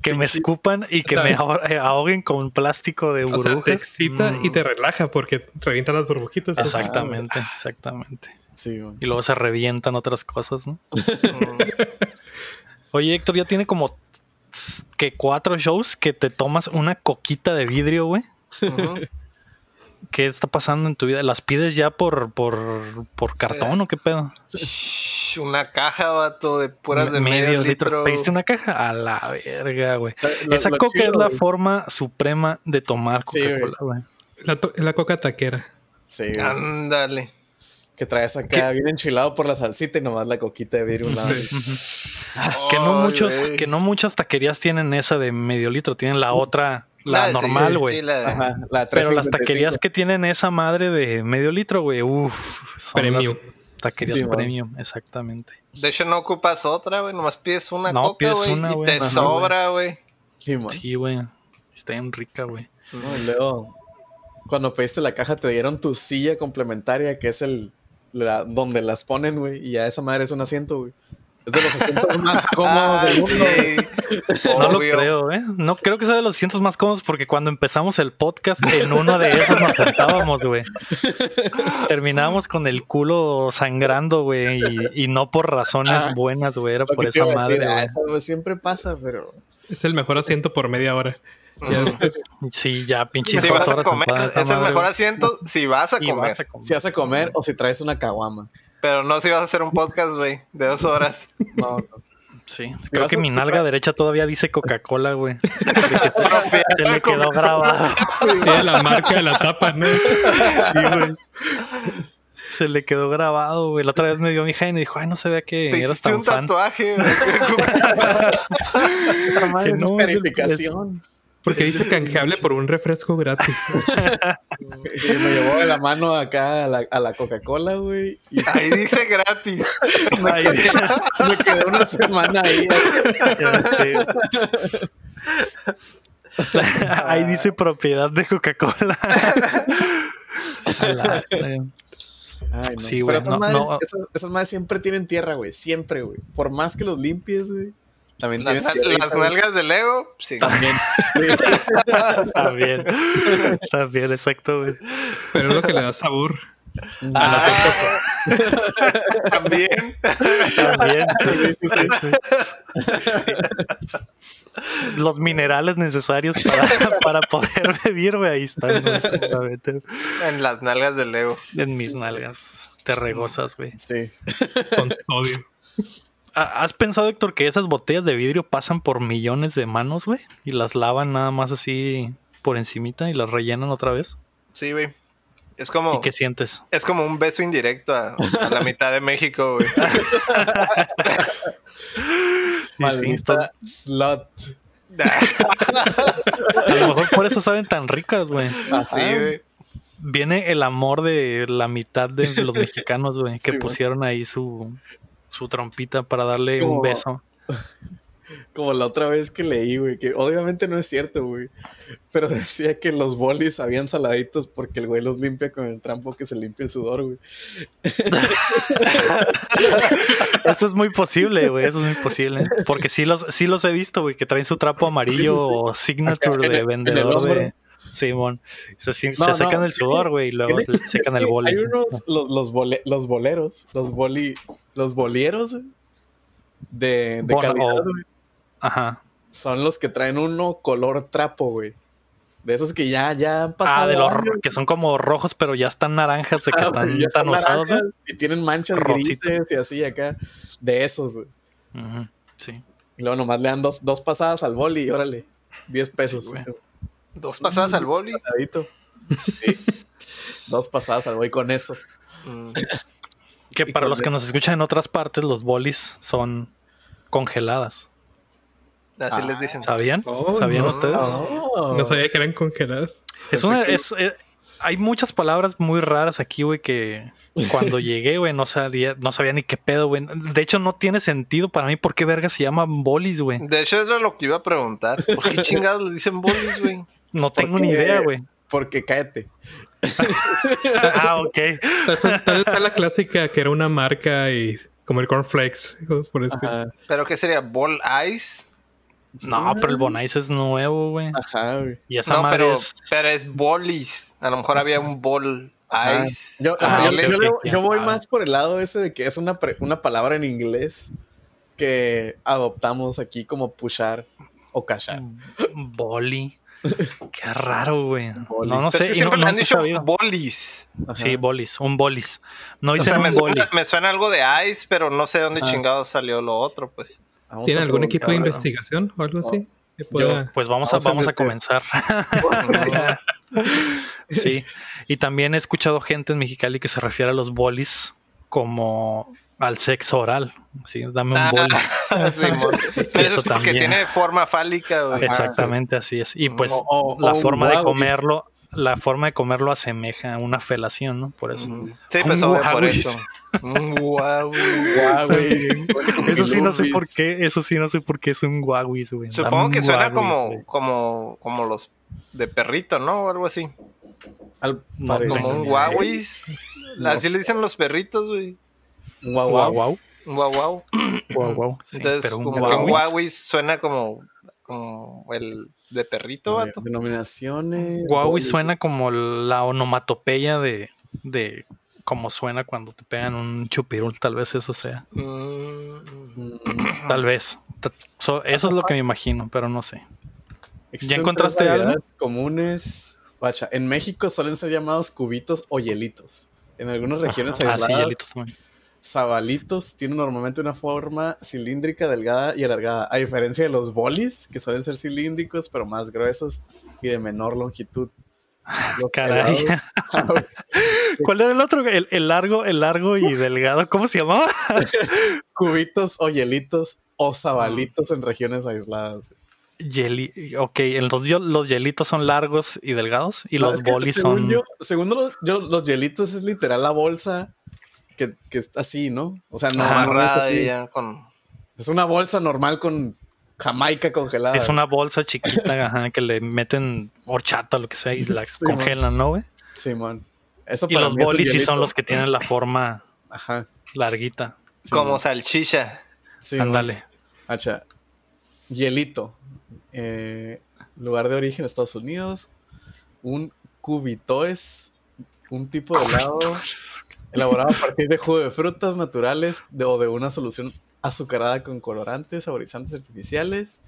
[SPEAKER 1] Que me escupan y que me ahor- eh, ahoguen con plástico de
[SPEAKER 2] O sea, te
[SPEAKER 1] burbujas.
[SPEAKER 2] excita y te relaja porque revienta las burbujitas.
[SPEAKER 1] Exactamente, exactamente.
[SPEAKER 3] Sí, güey.
[SPEAKER 1] Y luego se revientan otras cosas, ¿no?
[SPEAKER 4] Mm.
[SPEAKER 1] Oye, Héctor, ya tiene como que cuatro shows que te tomas una coquita de vidrio, güey.
[SPEAKER 4] Ujú.
[SPEAKER 1] qué está pasando en tu vida? ¿Las pides ya por, por, por
[SPEAKER 3] Eh,
[SPEAKER 1] cartón o qué pedo?
[SPEAKER 4] Shh, Una caja, vato, de puras de
[SPEAKER 1] Me-
[SPEAKER 4] medio, litro.
[SPEAKER 1] ¿Pediste una caja? A la verga, güey.
[SPEAKER 3] O sea, lo-
[SPEAKER 1] Esa
[SPEAKER 3] lo
[SPEAKER 1] coca
[SPEAKER 3] chido,
[SPEAKER 1] es la
[SPEAKER 3] güey.
[SPEAKER 1] forma suprema de tomar
[SPEAKER 3] Sí, güey.
[SPEAKER 1] Coca-Cola, güey.
[SPEAKER 2] La, to- la coca taquera.
[SPEAKER 3] Sí, güey.
[SPEAKER 1] Ah,
[SPEAKER 4] Ándale.
[SPEAKER 3] que traes acá bien enchilado por la salsita y nomás la coquita de vidrio a un lado.
[SPEAKER 1] Que no
[SPEAKER 4] Ay,
[SPEAKER 1] muchos,
[SPEAKER 4] güey.
[SPEAKER 1] que no muchas taquerías tienen esa de medio litro, tienen la otra, la
[SPEAKER 4] Ah, sí,
[SPEAKER 1] normal,
[SPEAKER 4] sí,
[SPEAKER 1] güey.
[SPEAKER 4] sí, la-
[SPEAKER 3] Ajá, la
[SPEAKER 1] Pero las
[SPEAKER 3] 355.
[SPEAKER 1] taquerías que tienen esa madre de medio litro, güey, uff, son
[SPEAKER 2] Premium.
[SPEAKER 1] las taquerías
[SPEAKER 3] Sí, man.
[SPEAKER 1] premium, exactamente.
[SPEAKER 4] De hecho, no ocupas otra, güey. Nomás pides una
[SPEAKER 1] No,
[SPEAKER 4] coca,
[SPEAKER 1] pides
[SPEAKER 4] güey.
[SPEAKER 1] una,
[SPEAKER 4] Y
[SPEAKER 1] güey.
[SPEAKER 4] te
[SPEAKER 1] Ajá,
[SPEAKER 4] sobra, güey.
[SPEAKER 3] Sí, man.
[SPEAKER 1] Sí, güey. Está bien rica, güey.
[SPEAKER 3] No, y luego, cuando pediste la caja, te dieron tu silla complementaria, que es el la- donde las ponen, güey. Y ya esa madre es un asiento, güey. Es de los
[SPEAKER 1] [LAUGHS]
[SPEAKER 3] asientos más cómodos
[SPEAKER 4] Ah,
[SPEAKER 3] del mundo. güey.
[SPEAKER 4] sí.
[SPEAKER 1] No lo
[SPEAKER 4] Obvio.
[SPEAKER 1] creo, ¿eh? No creo que sea de los cientos más cómodos porque cuando empezamos el podcast en uno de esos nos sentábamos, güey. Terminábamos con el culo sangrando, güey, y, y no por razones
[SPEAKER 3] Ah,
[SPEAKER 1] buenas, güey, era
[SPEAKER 3] Lo
[SPEAKER 1] por
[SPEAKER 3] que te
[SPEAKER 1] esa
[SPEAKER 3] iba a
[SPEAKER 1] madre,
[SPEAKER 3] decir, ah,
[SPEAKER 1] güey.
[SPEAKER 3] eso güey, siempre pasa, pero
[SPEAKER 2] Es el mejor asiento por media hora.
[SPEAKER 1] Sí, ya, pinche
[SPEAKER 4] Si
[SPEAKER 1] dos
[SPEAKER 4] vas a
[SPEAKER 1] horas
[SPEAKER 4] comer,
[SPEAKER 1] sentadas, esa
[SPEAKER 4] es el
[SPEAKER 1] madre,
[SPEAKER 4] mejor
[SPEAKER 1] güey.
[SPEAKER 4] asiento si vas a
[SPEAKER 1] Y vas
[SPEAKER 4] comer.
[SPEAKER 1] a comer.
[SPEAKER 3] si vas a comer o si traes una caguama.
[SPEAKER 4] Pero no si vas a hacer un podcast, güey, de
[SPEAKER 1] [LAUGHS]
[SPEAKER 4] dos horas.
[SPEAKER 3] No, [LAUGHS] no.
[SPEAKER 1] Sí,
[SPEAKER 3] Si
[SPEAKER 1] creo
[SPEAKER 3] vas
[SPEAKER 1] que
[SPEAKER 3] a
[SPEAKER 1] mi
[SPEAKER 3] comprar-
[SPEAKER 1] nalga derecha todavía dice Coca-Cola,
[SPEAKER 4] [LAUGHS]
[SPEAKER 1] güey. Se le quedó grabado.
[SPEAKER 2] Tiene la marca de la tapa, [LAUGHS] ¿no?
[SPEAKER 1] Se le quedó grabado, güey. La otra vez me vio mi hija y me dijo, ay, no se vea que
[SPEAKER 4] Te
[SPEAKER 1] eras
[SPEAKER 4] hiciste
[SPEAKER 1] tan
[SPEAKER 4] un
[SPEAKER 1] fan.
[SPEAKER 4] tatuaje. güey.
[SPEAKER 1] [LAUGHS] Que
[SPEAKER 3] Esa
[SPEAKER 1] no,
[SPEAKER 3] es
[SPEAKER 1] es el-
[SPEAKER 3] verificación.
[SPEAKER 2] Porque dice canjeable por un refresco gratis.
[SPEAKER 3] Y me llevó de la mano acá a la, a la Coca-Cola, güey. Y
[SPEAKER 4] Ahí dice gratis.
[SPEAKER 1] [LAUGHS] Ay,
[SPEAKER 3] me quedé una semana ahí.
[SPEAKER 1] sí. [LAUGHS] Ahí dice propiedad de
[SPEAKER 4] [LAUGHS]
[SPEAKER 1] Coca-Cola. [LAUGHS] A la- eh,
[SPEAKER 3] Ay, no.
[SPEAKER 1] Sí, güey,
[SPEAKER 3] Pero esas,
[SPEAKER 1] no,
[SPEAKER 3] madres,
[SPEAKER 1] no.
[SPEAKER 3] Esas, esas madres siempre tienen tierra, güey. Siempre, güey. Por más que los limpies, güey. También
[SPEAKER 4] Las,
[SPEAKER 3] tienen
[SPEAKER 4] nal-
[SPEAKER 3] tierrita,
[SPEAKER 4] las
[SPEAKER 3] güey. Ah,
[SPEAKER 4] nalgas del ego,
[SPEAKER 1] [LAUGHS]
[SPEAKER 4] sí.
[SPEAKER 3] También. Sí.
[SPEAKER 1] También. También, exacto, güey.
[SPEAKER 2] Pero es lo que le da sabor.
[SPEAKER 4] Ah, [LAUGHS] También.
[SPEAKER 1] También.
[SPEAKER 3] Sí, sí, sí.
[SPEAKER 1] Los minerales necesarios para, [LAUGHS] para poder vivir, güey. Ahí están, güey, seguramente.
[SPEAKER 4] En las nalgas del ego.
[SPEAKER 1] En mis nalgas. Te regozas, güey.
[SPEAKER 3] Sí.
[SPEAKER 2] Con sodio.
[SPEAKER 1] ¿Ha- ¿Has pensado, Héctor, que esas botellas de vidrio pasan por millones de manos, güey? Y las lavan nada más así por encimita y las rellenan otra vez.
[SPEAKER 4] Sí, güey. Es como,
[SPEAKER 1] ¿Y qué sientes?
[SPEAKER 4] es como un beso indirecto a, a la mitad de
[SPEAKER 1] [LAUGHS]
[SPEAKER 4] México, güey.
[SPEAKER 1] Sí, sí, está-
[SPEAKER 3] Maldita slot.
[SPEAKER 4] Ah,
[SPEAKER 1] a lo mejor por eso saben tan ricas, güey.
[SPEAKER 3] Ajá.
[SPEAKER 4] Sí, güey.
[SPEAKER 1] Viene el amor de la mitad de
[SPEAKER 3] [LAUGHS]
[SPEAKER 1] los mexicanos, güey, que
[SPEAKER 3] Sí, güey.
[SPEAKER 1] pusieron ahí su, su trompita para darle
[SPEAKER 3] Es como-
[SPEAKER 1] un beso.
[SPEAKER 3] Como la otra vez que leí, güey. Que obviamente no es cierto, güey. Pero decía que los bolis habían saladitos porque el güey los limpia con el trampo que se limpia el sudor, güey.
[SPEAKER 1] Eso es muy posible, güey. Eso es muy
[SPEAKER 3] [LAUGHS]
[SPEAKER 1] posible. Porque sí los, sí los he visto, güey, que traen su trapo amarillo o signature
[SPEAKER 3] Acá, en el-
[SPEAKER 1] de
[SPEAKER 3] en el
[SPEAKER 1] vendedor de
[SPEAKER 3] hombro.
[SPEAKER 1] Simón. Se, se
[SPEAKER 3] No, no,
[SPEAKER 1] secan el
[SPEAKER 3] es
[SPEAKER 1] sudor,
[SPEAKER 3] que-
[SPEAKER 1] güey, y luego
[SPEAKER 3] es
[SPEAKER 1] se secan el
[SPEAKER 3] Sí,
[SPEAKER 1] boli. Ah.
[SPEAKER 3] Hay unos, los, los, bole- los boleros, los boli, los bolieros güey, de, de
[SPEAKER 1] Bono-
[SPEAKER 3] calidad,
[SPEAKER 1] o-
[SPEAKER 3] güey,
[SPEAKER 1] Ajá.
[SPEAKER 3] son los que traen uno color trapo, güey. De esos que ya, ya han pasado.
[SPEAKER 1] Ah, de los
[SPEAKER 3] años,
[SPEAKER 1] que son como rojos, pero ya están naranjas, de que
[SPEAKER 3] ah,
[SPEAKER 1] están
[SPEAKER 3] güey, ya
[SPEAKER 1] tan
[SPEAKER 3] son
[SPEAKER 1] usados.
[SPEAKER 3] naranjas y tienen manchas
[SPEAKER 1] Rositas.
[SPEAKER 3] grises y así acá. De esos, güey.
[SPEAKER 1] ¿no? Ujú, Sí.
[SPEAKER 3] Y luego nomás le dan dos, dos pasadas al boli y órale, 10 pesos.
[SPEAKER 1] Sí, güey.
[SPEAKER 4] Dos pasadas al boli.
[SPEAKER 3] Saladito. Sí. Dos pasadas al boli
[SPEAKER 1] [LAUGHS]
[SPEAKER 3] con eso.
[SPEAKER 4] Mm.
[SPEAKER 1] Que
[SPEAKER 3] Y
[SPEAKER 1] para
[SPEAKER 3] con
[SPEAKER 1] los que
[SPEAKER 3] le-
[SPEAKER 1] nos escuchan en otras partes, los bolis son congeladas.
[SPEAKER 4] Así
[SPEAKER 3] Ah,
[SPEAKER 4] les dicen.
[SPEAKER 1] ¿Sabían?
[SPEAKER 2] Oh,
[SPEAKER 1] ¿Sabían
[SPEAKER 4] no.
[SPEAKER 1] ustedes?
[SPEAKER 3] Oh.
[SPEAKER 2] No sabía que eran congeladas.
[SPEAKER 1] Es
[SPEAKER 3] Pensé
[SPEAKER 1] una-
[SPEAKER 3] que-
[SPEAKER 1] es- eh, hay muchas palabras muy raras aquí, güey, que cuando llegué, güey, no sabía, no sabía ni qué pedo, güey. De hecho, no tiene sentido para mí por qué verga se llaman bolis, güey.
[SPEAKER 4] De hecho, era lo que iba a preguntar. ¿Por qué chingados le dicen bolis, güey?
[SPEAKER 1] No tengo
[SPEAKER 3] qué?
[SPEAKER 1] ni idea, güey.
[SPEAKER 3] Porque cállate.
[SPEAKER 1] Ah, ok.
[SPEAKER 2] Tal vez- tal vez fue la clásica que era una marca y como el cornflakes. cosas por este.
[SPEAKER 3] Ajá.
[SPEAKER 4] ¿Pero qué sería? ¿Ball Ice?
[SPEAKER 1] No, pero el Bonais es nuevo, güey.
[SPEAKER 3] Ajá, güey.
[SPEAKER 1] Y esa
[SPEAKER 4] No,
[SPEAKER 1] madre
[SPEAKER 4] pero,
[SPEAKER 1] es.
[SPEAKER 4] pero es bolis. A lo mejor había un ball
[SPEAKER 3] Ajá.
[SPEAKER 4] Ice.
[SPEAKER 3] Yo,
[SPEAKER 1] Ah,
[SPEAKER 3] ajá, yo-
[SPEAKER 1] ok,
[SPEAKER 3] yo
[SPEAKER 1] ok,
[SPEAKER 3] le-
[SPEAKER 1] ya.
[SPEAKER 3] yo voy
[SPEAKER 1] Ah.
[SPEAKER 3] más por el lado ese de que es una, pre- una palabra en inglés que adoptamos aquí como pushar o cachar.
[SPEAKER 1] Boli. Qué raro, güey.
[SPEAKER 3] Boli.
[SPEAKER 1] No, no
[SPEAKER 4] Pero
[SPEAKER 1] sé.
[SPEAKER 4] sí
[SPEAKER 1] y no-
[SPEAKER 4] siempre le han
[SPEAKER 1] nunca he
[SPEAKER 4] dicho
[SPEAKER 1] sabido.
[SPEAKER 4] bolis.
[SPEAKER 3] Ajá.
[SPEAKER 1] Mm, Sí, bolis, un bolis. No
[SPEAKER 4] O
[SPEAKER 1] hice
[SPEAKER 4] sea, me
[SPEAKER 1] un bolis.
[SPEAKER 4] [LAUGHS] suena, me suena algo de Ice, pero no sé dónde
[SPEAKER 3] Ah.
[SPEAKER 4] chingados salió lo otro, pues.
[SPEAKER 3] Vamos
[SPEAKER 2] ¿Tiene
[SPEAKER 3] a
[SPEAKER 2] algún equipo de
[SPEAKER 3] preguntar,
[SPEAKER 2] investigación o algo así? Que pueda-
[SPEAKER 3] [LAUGHS]
[SPEAKER 1] Pues vamos,
[SPEAKER 4] Ah,
[SPEAKER 3] Vamos
[SPEAKER 1] a,
[SPEAKER 3] a
[SPEAKER 1] vamos a
[SPEAKER 3] meter.
[SPEAKER 4] [LAUGHS]
[SPEAKER 1] comenzar.
[SPEAKER 3] ¿verdad?
[SPEAKER 1] Sí. Y también he escuchado gente en Mexicali que se refiere a los bolis como al sexo oral. Sí, dame un
[SPEAKER 4] Ah,
[SPEAKER 1] boli.
[SPEAKER 4] Simón. pero
[SPEAKER 1] eso
[SPEAKER 4] eso es porque
[SPEAKER 1] también.
[SPEAKER 4] tiene forma fálica, güey.
[SPEAKER 1] Exactamente así es. Y pues
[SPEAKER 3] O- o-
[SPEAKER 1] la
[SPEAKER 3] o un
[SPEAKER 1] forma de
[SPEAKER 3] guau,
[SPEAKER 1] comerlo, la forma de comerlo asemeja a una felación, ¿no? Por eso.
[SPEAKER 3] Ujú.
[SPEAKER 4] Sí,
[SPEAKER 1] Un
[SPEAKER 4] pues obvio, por
[SPEAKER 1] guauis.
[SPEAKER 4] eso. Un guauis.
[SPEAKER 3] Guau, güey.
[SPEAKER 1] [LAUGHS] Eso sí no sé por qué, eso sí no sé por qué es un guaguis, güey. Dame
[SPEAKER 4] Supongo
[SPEAKER 1] un
[SPEAKER 4] que suena
[SPEAKER 1] guaguis,
[SPEAKER 4] como,
[SPEAKER 1] güey.
[SPEAKER 4] como, como los de perrito, ¿no? O algo así.
[SPEAKER 3] Al
[SPEAKER 1] No,
[SPEAKER 3] parecer.
[SPEAKER 4] Como
[SPEAKER 1] Sí.
[SPEAKER 4] un guauis.
[SPEAKER 3] Pues, No
[SPEAKER 4] Así le dicen los perritos, güey.
[SPEAKER 3] Un guau,
[SPEAKER 1] Guau,
[SPEAKER 3] guau.
[SPEAKER 1] guau,
[SPEAKER 4] Un
[SPEAKER 3] [CLEARS THROAT]
[SPEAKER 4] guau guau.
[SPEAKER 1] guau, guau. Sí,
[SPEAKER 4] Entonces,
[SPEAKER 1] pero un
[SPEAKER 4] como que un
[SPEAKER 1] guaguis.
[SPEAKER 4] guauis suena como, como el de perrito,
[SPEAKER 3] A ver,
[SPEAKER 4] vato.
[SPEAKER 3] Denominaciones.
[SPEAKER 1] Este Guau y
[SPEAKER 3] bolis.
[SPEAKER 1] suena como la onomatopeya de, de como suena cuando te pegan un chupirul, tal vez eso sea.
[SPEAKER 4] Mm,
[SPEAKER 1] [CLEARS THROAT]
[SPEAKER 3] Mm,
[SPEAKER 1] Tal vez. Ta- so- eso es lo que me imagino, pero no sé.
[SPEAKER 3] existen
[SPEAKER 1] encontraste
[SPEAKER 3] tres
[SPEAKER 1] algo?
[SPEAKER 3] variedades comunes. Guacha, en México suelen ser llamados cubitos o hielitos. En algunas regiones
[SPEAKER 1] Ah, sí,
[SPEAKER 3] aisladas,
[SPEAKER 1] hielitos también.
[SPEAKER 3] sabalitos tienen normalmente una forma cilíndrica, delgada y alargada. A diferencia de los bolis, que suelen ser cilíndricos, pero más gruesos y de menor longitud. Los
[SPEAKER 1] Caray. [LAUGHS]
[SPEAKER 3] helados- Ah, güey.
[SPEAKER 1] ¿Cuál era el otro? El, el largo, el largo y delgado. ¿Cómo se llamaba?
[SPEAKER 3] cubitos o hielitos o sabalitos
[SPEAKER 1] Ah.
[SPEAKER 3] en regiones aisladas.
[SPEAKER 1] Hieli- ok, en los, yo- los hielitos son largos y delgados y
[SPEAKER 3] No,
[SPEAKER 1] los
[SPEAKER 3] es que
[SPEAKER 1] bolis
[SPEAKER 3] según
[SPEAKER 1] son...
[SPEAKER 3] Yo, según lo- yo, los hielitos es literal la bolsa que, que es así, ¿no? O sea, no,
[SPEAKER 1] Ajá.
[SPEAKER 3] no es,
[SPEAKER 4] amarrada
[SPEAKER 3] así.
[SPEAKER 4] y ya con.
[SPEAKER 3] Es una bolsa normal con jamaica congelada.
[SPEAKER 1] Es una bolsa chiquita ajá, que le meten horchata, lo que sea, y la
[SPEAKER 3] [LAUGHS] Sí,
[SPEAKER 1] congelan, ¿no, güey?
[SPEAKER 3] Simón. Eso
[SPEAKER 1] Y
[SPEAKER 3] para
[SPEAKER 1] los
[SPEAKER 3] mí es un
[SPEAKER 1] bolis sí
[SPEAKER 3] hielito.
[SPEAKER 1] son los que tienen la forma
[SPEAKER 3] Ajá.
[SPEAKER 1] larguita.
[SPEAKER 3] Simón.
[SPEAKER 4] Como salchicha.
[SPEAKER 3] Simón.
[SPEAKER 1] Ándale.
[SPEAKER 3] Hacha. Hielito. Eh, lugar de origen Estados Unidos. Un cubito es un tipo de helado elaborado a partir de jugo de frutas naturales de- o de una solución azucarada con colorantes, saborizantes artificiales.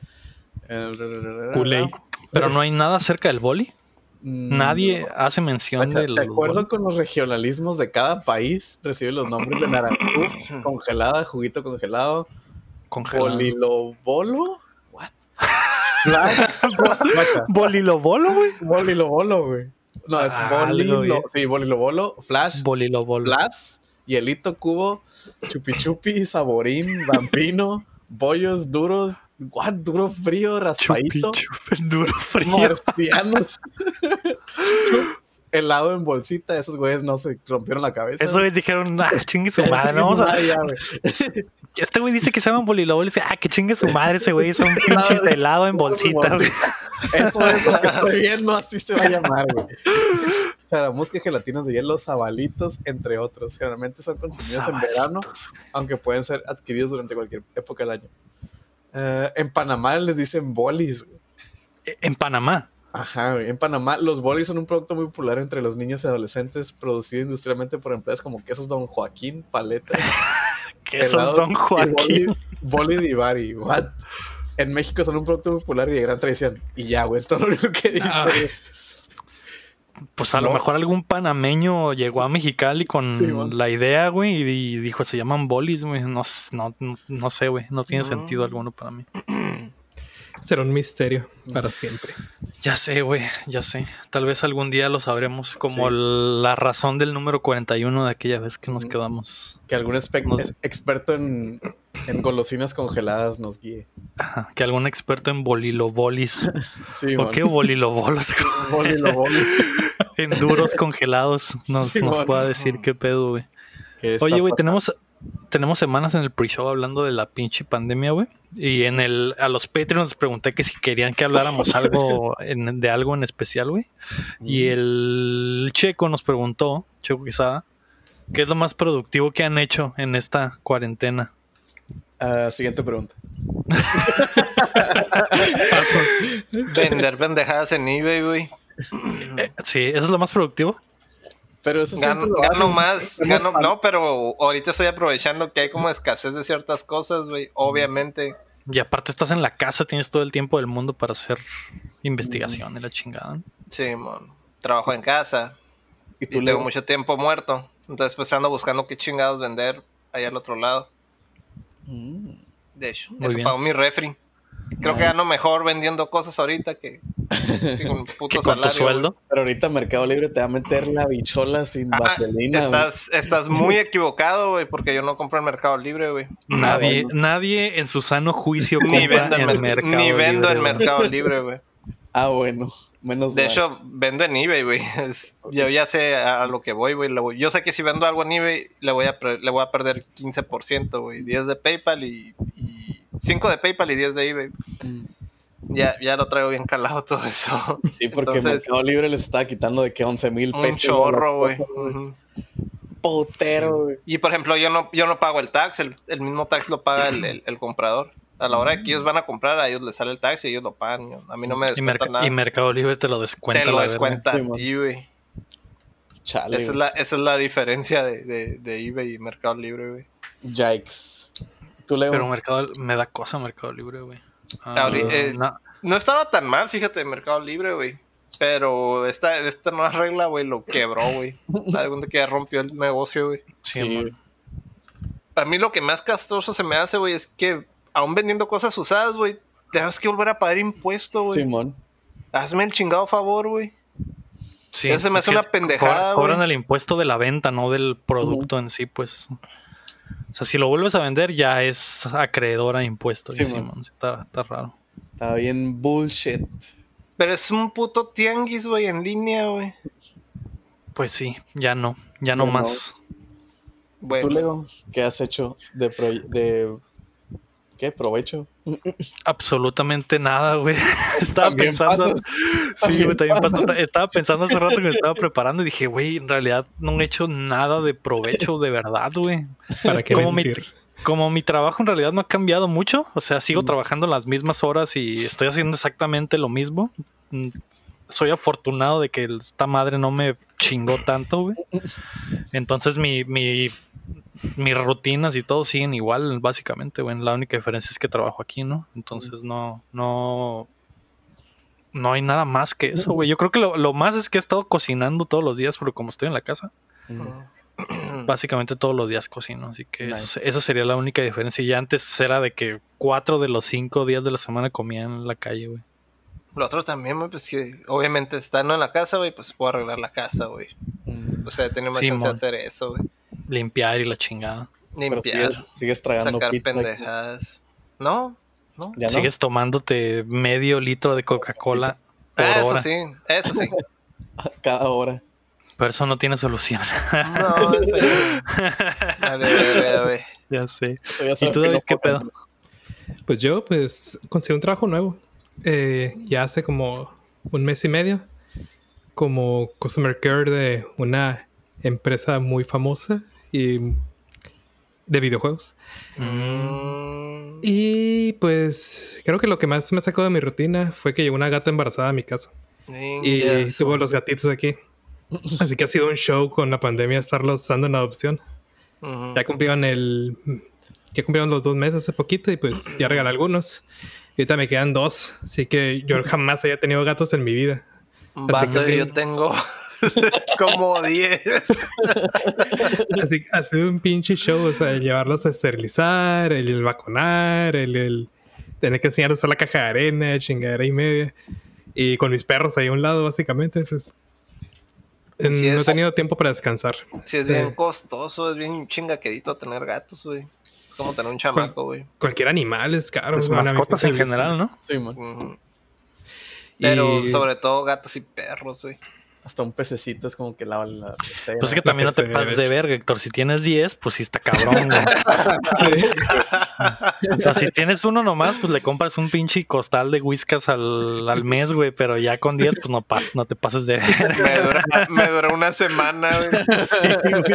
[SPEAKER 3] Eh,
[SPEAKER 1] Kool-Aid. Pero no hay nada acerca del boli.
[SPEAKER 3] Mm,
[SPEAKER 1] Nadie hace mención
[SPEAKER 3] Hacha,
[SPEAKER 1] de los
[SPEAKER 3] de acuerdo
[SPEAKER 1] bolis.
[SPEAKER 3] con los regionalismos de cada país, recibe los nombres
[SPEAKER 1] [CLEARS THROAT]
[SPEAKER 3] de naranjú, congelada, juguito congelado,
[SPEAKER 1] Congelado.
[SPEAKER 3] Bolilobolo?
[SPEAKER 1] [LAUGHS]
[SPEAKER 3] What? Flash. Guacha,
[SPEAKER 1] Bolilobolo, güey.
[SPEAKER 3] Bolilobolo, güey. No, es
[SPEAKER 1] Ah, algo bien.
[SPEAKER 3] bolilo. Sí, bolilobolo, flash,
[SPEAKER 1] Bolilobolo.
[SPEAKER 3] blast, hielito cubo, chupi chupi, saborín, vampino, bollos duros, what, duro frío,
[SPEAKER 1] Chupi,
[SPEAKER 3] raspadito,
[SPEAKER 1] chupi, duro frío.
[SPEAKER 3] marcianos, [LAUGHS] chups, helado en bolsita, esos güeyes no se rompieron la cabeza. [LAUGHS]
[SPEAKER 1] Eso güey, dijeron, ah, chingue su madre. no vamos a-
[SPEAKER 3] Madre, ya, güey.
[SPEAKER 1] Este güey dice que se llaman bolilobolo y dice, ah, que chingue su madre ese güey. Son pinches de helado en bolsita, güey.
[SPEAKER 3] Eso es lo que estoy viendo, así se va a llamar, güey. Charamusca, gelatinas de hielo, sabalitos, entre otros. Generalmente son consumidos en verano,
[SPEAKER 1] Sabanitos, güey.
[SPEAKER 3] aunque pueden ser adquiridos durante cualquier época del año. Eh, en Panamá les dicen bolis. güey.
[SPEAKER 1] En Panamá.
[SPEAKER 3] Ajá, güey. En Panamá los bolis son un producto muy popular entre los niños y adolescentes, producido industrialmente por empresas como Quesos Don Joaquín, Paletas,
[SPEAKER 1] Que esos
[SPEAKER 3] helados
[SPEAKER 1] Don
[SPEAKER 3] y
[SPEAKER 1] Joaquín.
[SPEAKER 3] Boli, boli divari, what? En México son un producto muy popular y de gran tradición. Y ya, güey, esto es lo único que dice.
[SPEAKER 2] Ah.
[SPEAKER 3] güey.
[SPEAKER 1] Pues a lo
[SPEAKER 3] No.
[SPEAKER 1] mejor algún panameño llegó a Mexicali con
[SPEAKER 3] Sí, bueno.
[SPEAKER 1] la idea, güey, y, di- dijo, se llaman bolis, güey. No, s- no, no- no sé, güey. No
[SPEAKER 3] Ah.
[SPEAKER 1] tiene
[SPEAKER 4] No.
[SPEAKER 1] sentido alguno para mí.
[SPEAKER 2] Será un misterio para siempre.
[SPEAKER 1] Ya sé, güey, ya sé. Tal vez algún día lo sabremos como
[SPEAKER 3] Sí.
[SPEAKER 1] la razón del número 41 de aquella vez que nos
[SPEAKER 3] Ujú.
[SPEAKER 1] quedamos.
[SPEAKER 3] Que algún espe-
[SPEAKER 1] No sé.
[SPEAKER 3] es- experto en, en golosinas congeladas nos guíe.
[SPEAKER 1] Ajá, que algún experto en bolilobolis.
[SPEAKER 3] Sí,
[SPEAKER 1] ¿Por
[SPEAKER 3] mon.
[SPEAKER 1] qué [LAUGHS] bolilobolos?
[SPEAKER 3] Boli, lo boli.
[SPEAKER 1] en duros congelados nos,
[SPEAKER 3] Sí,
[SPEAKER 1] nos
[SPEAKER 3] bueno.
[SPEAKER 1] pueda decir qué pedo, güey.
[SPEAKER 3] ¿Qué
[SPEAKER 1] [LAUGHS]
[SPEAKER 3] está
[SPEAKER 1] Oye, güey,
[SPEAKER 3] pasando?
[SPEAKER 1] tenemos, tenemos semanas en el pre-show hablando de la pinche pandemia, güey. Y en el, a los Patreons les pregunté que si querían que
[SPEAKER 4] [LAUGHS]
[SPEAKER 1] habláramos algo en- de algo en especial, güey. Y el Checo nos preguntó, Checo Quesada, ¿qué es lo más productivo que han hecho en esta cuarentena?
[SPEAKER 3] Ah, siguiente pregunta.
[SPEAKER 4] Vender pendejadas en eBay, güey.
[SPEAKER 1] Eh, sí, eso es lo más productivo.
[SPEAKER 3] Pero eso
[SPEAKER 4] Gano,
[SPEAKER 3] siempre lo
[SPEAKER 4] gano
[SPEAKER 3] hacen.
[SPEAKER 4] más,
[SPEAKER 3] Hemos
[SPEAKER 4] gano,
[SPEAKER 3] par-
[SPEAKER 4] no, pero ahorita estoy aprovechando que hay como escasez de ciertas cosas, güey. Obviamente,
[SPEAKER 1] Y aparte estás en la casa, tienes todo el tiempo del mundo para hacer investigación y la chingada. ¿no?
[SPEAKER 4] Sí, mon. Trabajo en casa.
[SPEAKER 3] Y
[SPEAKER 4] Y
[SPEAKER 3] tú
[SPEAKER 4] tengo
[SPEAKER 3] luego-
[SPEAKER 4] mucho tiempo muerto. Entonces pues ando buscando qué chingados vender allá al otro lado.
[SPEAKER 3] Mm.
[SPEAKER 4] De hecho,
[SPEAKER 1] Muy
[SPEAKER 4] eso
[SPEAKER 1] bien.
[SPEAKER 4] pagó mi refri. Creo que gano mejor vendiendo cosas ahorita que,
[SPEAKER 1] [LAUGHS]
[SPEAKER 4] que con
[SPEAKER 1] Que
[SPEAKER 4] puto
[SPEAKER 1] con tu
[SPEAKER 4] salario.
[SPEAKER 1] sueldo.
[SPEAKER 3] Pero ahorita Mercado Libre te va a meter la bichola sin
[SPEAKER 4] Ah,
[SPEAKER 3] vaselina.
[SPEAKER 4] Estás, estás muy equivocado, güey, porque yo no compro en Mercado Libre, güey.
[SPEAKER 1] Nadie,
[SPEAKER 3] bueno.
[SPEAKER 1] nadie en su sano juicio
[SPEAKER 4] [LAUGHS] Ni
[SPEAKER 1] compra
[SPEAKER 4] vendo en,
[SPEAKER 1] en
[SPEAKER 4] Merc-
[SPEAKER 1] mercado.
[SPEAKER 4] ni vendo
[SPEAKER 1] Libre,
[SPEAKER 4] en
[SPEAKER 1] güey.
[SPEAKER 4] Mercado
[SPEAKER 3] [LAUGHS]
[SPEAKER 4] Libre, güey.
[SPEAKER 3] güey. Ah, bueno. Menos
[SPEAKER 4] De
[SPEAKER 3] mal.
[SPEAKER 4] hecho, vendo en eBay, güey. [LAUGHS] Es- Yo ya sé a, a lo que voy, güey. Le voy- Yo sé que si vendo algo en eBay, le voy a, pre- le voy a perder 15%, güey. 10 de PayPal y, y... 5 de PayPal y 10 de eBay.
[SPEAKER 3] Mm.
[SPEAKER 4] Ya, ya lo traigo bien calado todo eso.
[SPEAKER 3] Sí, porque
[SPEAKER 4] Entonces,
[SPEAKER 3] Mercado Libre les estaba quitando de que 11 mil pesos.
[SPEAKER 4] un chorro, güey. Ujú.
[SPEAKER 3] Potero, güey.
[SPEAKER 4] Y por ejemplo, yo no, yo no pago el tax, el, el mismo tax lo paga el, el- el comprador. A la hora que ellos van a comprar, a ellos les sale el tax y ellos lo pagan. yo- A mí no me
[SPEAKER 1] Y,
[SPEAKER 4] descuentan
[SPEAKER 1] merc-
[SPEAKER 4] nada.
[SPEAKER 1] y Mercado Libre te lo descuenta.
[SPEAKER 4] Te lo
[SPEAKER 1] la verga.
[SPEAKER 4] descuenta
[SPEAKER 3] Sí,
[SPEAKER 4] a
[SPEAKER 3] man.
[SPEAKER 4] ti, güey.
[SPEAKER 3] Chale.
[SPEAKER 4] Esa es
[SPEAKER 3] güey.
[SPEAKER 4] la, esa es la diferencia de, de- de eBay y Mercado Libre, güey.
[SPEAKER 3] Yikes. Tú Leo.
[SPEAKER 1] Pero Mercado me da cosa Mercado Libre, güey. Ah,
[SPEAKER 4] Ahorita, eh,
[SPEAKER 1] na-
[SPEAKER 4] No estaba tan mal, fíjate, Mercado Libre, güey. Pero esta, esta nueva regla, güey, lo quebró,
[SPEAKER 3] [LAUGHS]
[SPEAKER 4] güey. Algún que ya rompió el negocio, güey.
[SPEAKER 1] sí,
[SPEAKER 3] Sí,
[SPEAKER 1] amor.
[SPEAKER 4] A mí lo que más castroso se me hace, güey, es que aún vendiendo cosas usadas, güey, tenemos que volver a pagar impuesto, güey.
[SPEAKER 3] Simón.
[SPEAKER 4] Hazme el chingado favor, güey.
[SPEAKER 1] Sí,
[SPEAKER 4] eso se me
[SPEAKER 1] es
[SPEAKER 4] hace
[SPEAKER 1] que
[SPEAKER 4] una pendejada,
[SPEAKER 1] cobra- Cobran
[SPEAKER 4] güey.
[SPEAKER 1] el impuesto de la venta, no del producto en sí, pues. O sea, si lo vuelves a vender, ya es acreedor a impuesto. y
[SPEAKER 3] Sí,
[SPEAKER 1] sí,
[SPEAKER 3] man.
[SPEAKER 1] man, está, está raro.
[SPEAKER 3] Está bien bullshit.
[SPEAKER 4] Pero es un puto tianguis, güey, en línea, güey.
[SPEAKER 1] Pues sí, ya no, ya no
[SPEAKER 3] Ya no.
[SPEAKER 1] más.
[SPEAKER 3] Tú
[SPEAKER 4] Bueno,
[SPEAKER 3] Leo, ¿qué has hecho de, pro- de... ¿Qué? ¿Provecho?
[SPEAKER 1] Absolutamente nada, güey. [LAUGHS] Estaba
[SPEAKER 3] También
[SPEAKER 1] pensando.
[SPEAKER 3] pasas.
[SPEAKER 1] [LAUGHS] Sí, güey, también pasó.
[SPEAKER 3] pasas.
[SPEAKER 1] Estaba pensando hace rato que
[SPEAKER 4] [LAUGHS]
[SPEAKER 1] me estaba preparando y dije, güey, en realidad no he hecho nada de provecho de verdad, güey.
[SPEAKER 2] ¿Para qué
[SPEAKER 1] ¿Cómo
[SPEAKER 2] mentir?
[SPEAKER 1] Como mi trabajo en realidad no ha cambiado mucho, o sea, sigo trabajando las mismas horas y estoy haciendo exactamente lo mismo. Mm, Soy afortunado de que el- esta madre no me chingó tanto, güey. Entonces mi, mi- mis rutinas y todo siguen igual, básicamente, güey. La única diferencia es que trabajo aquí, ¿no? Entonces no, no, no hay nada más que eso, güey. Yo creo que lo, lo más es que he estado cocinando todos los días, pero como estoy en la casa,
[SPEAKER 3] Mm,
[SPEAKER 1] básicamente todos los días cocino, así que eso-
[SPEAKER 3] Nice.
[SPEAKER 1] esa sería la única diferencia. Y antes era de que cuatro de los cinco días de la semana comía en la calle, güey.
[SPEAKER 4] [CLEARS THROAT] lo otro también, güey, pues que obviamente estando en la casa, güey, pues puedo arreglar la casa, güey.
[SPEAKER 3] mm.
[SPEAKER 4] O sea, tenía más
[SPEAKER 1] Sí,
[SPEAKER 4] chance
[SPEAKER 1] mon.
[SPEAKER 4] de hacer eso, güey.
[SPEAKER 1] Limpiar y la chingada.
[SPEAKER 3] Pero
[SPEAKER 4] Limpiar,
[SPEAKER 3] sigues, sigues tragando
[SPEAKER 4] sacar
[SPEAKER 3] pizza.
[SPEAKER 4] pendejadas. No, no.
[SPEAKER 3] ¿Ya no?
[SPEAKER 1] Sigues tomándote medio litro de Coca-Cola por
[SPEAKER 4] Ah, eso
[SPEAKER 1] hora,
[SPEAKER 4] sí,
[SPEAKER 1] [LAUGHS]
[SPEAKER 4] eso sí.
[SPEAKER 3] [LAUGHS] Cada hora.
[SPEAKER 1] pero eso no tiene solución.
[SPEAKER 4] No, eso
[SPEAKER 1] [LAUGHS]
[SPEAKER 4] sí. Dale, dale, güey.
[SPEAKER 1] ya sé.
[SPEAKER 3] Eso ya
[SPEAKER 1] ¿Y
[SPEAKER 3] sabes
[SPEAKER 1] tú,
[SPEAKER 3] que
[SPEAKER 1] David,
[SPEAKER 3] no
[SPEAKER 1] qué
[SPEAKER 3] puedo
[SPEAKER 1] pedo?
[SPEAKER 3] contar.
[SPEAKER 2] Pues yo, pues, conseguí un trabajo nuevo. eh, ya hace como un mes y medio. Como customer care de una empresa muy famosa y de videojuegos.
[SPEAKER 4] Mm,
[SPEAKER 2] Y pues creo que lo que más me sacó de mi rutina fue que llegó una gata embarazada a mi casa. Y
[SPEAKER 4] Oh, yes.
[SPEAKER 2] tuvo los gatitos aquí. Así que ha sido un show con la pandemia estarlos dando en adopción.
[SPEAKER 4] Ujú.
[SPEAKER 2] Ya cumplieron el. Ya cumplieron los dos meses hace poquito y pues ya regalé algunos. Y ahorita me quedan dos. Así que yo jamás había tenido gatos en mi vida.
[SPEAKER 4] Vato,
[SPEAKER 2] que sí.
[SPEAKER 4] yo tengo [LAUGHS] como 10.
[SPEAKER 2] Así que ha sido un pinche show. O sea, el llevarlos a esterilizar, el, el vacunar, el, el tener que enseñarles a usar la caja de arena, chingadera y media. Y con mis perros ahí a un lado, básicamente. pues,
[SPEAKER 4] Así
[SPEAKER 2] no he
[SPEAKER 4] es.
[SPEAKER 2] tenido tiempo para descansar.
[SPEAKER 4] Sí, es
[SPEAKER 2] Sí.
[SPEAKER 4] bien costoso, es bien chingaquedito tener gatos, güey. Es como tener un chamaco, güey.
[SPEAKER 2] Cualquier animal es caro.
[SPEAKER 1] Pues
[SPEAKER 2] van a
[SPEAKER 1] mascotas en
[SPEAKER 2] meterse-
[SPEAKER 1] general, ¿no?
[SPEAKER 3] Simón.
[SPEAKER 4] Ujú. Pero
[SPEAKER 2] Y-
[SPEAKER 4] sobre todo gatos y perros, güey.
[SPEAKER 3] Hasta un pececito es como que la... la
[SPEAKER 1] Pues es que
[SPEAKER 2] la
[SPEAKER 1] también no te
[SPEAKER 2] tercera
[SPEAKER 1] pases
[SPEAKER 2] vez.
[SPEAKER 1] de verga, Héctor. Si tienes 10, pues sí está cabrón, güey. O sea, si tienes uno nomás, pues le compras un pinche costal de whiskas al, al mes, güey. Pero ya con 10, pues no, pas, no te pases de
[SPEAKER 4] [LAUGHS]
[SPEAKER 1] verga.
[SPEAKER 4] Me duró, me duró una semana, güey.
[SPEAKER 2] [LAUGHS]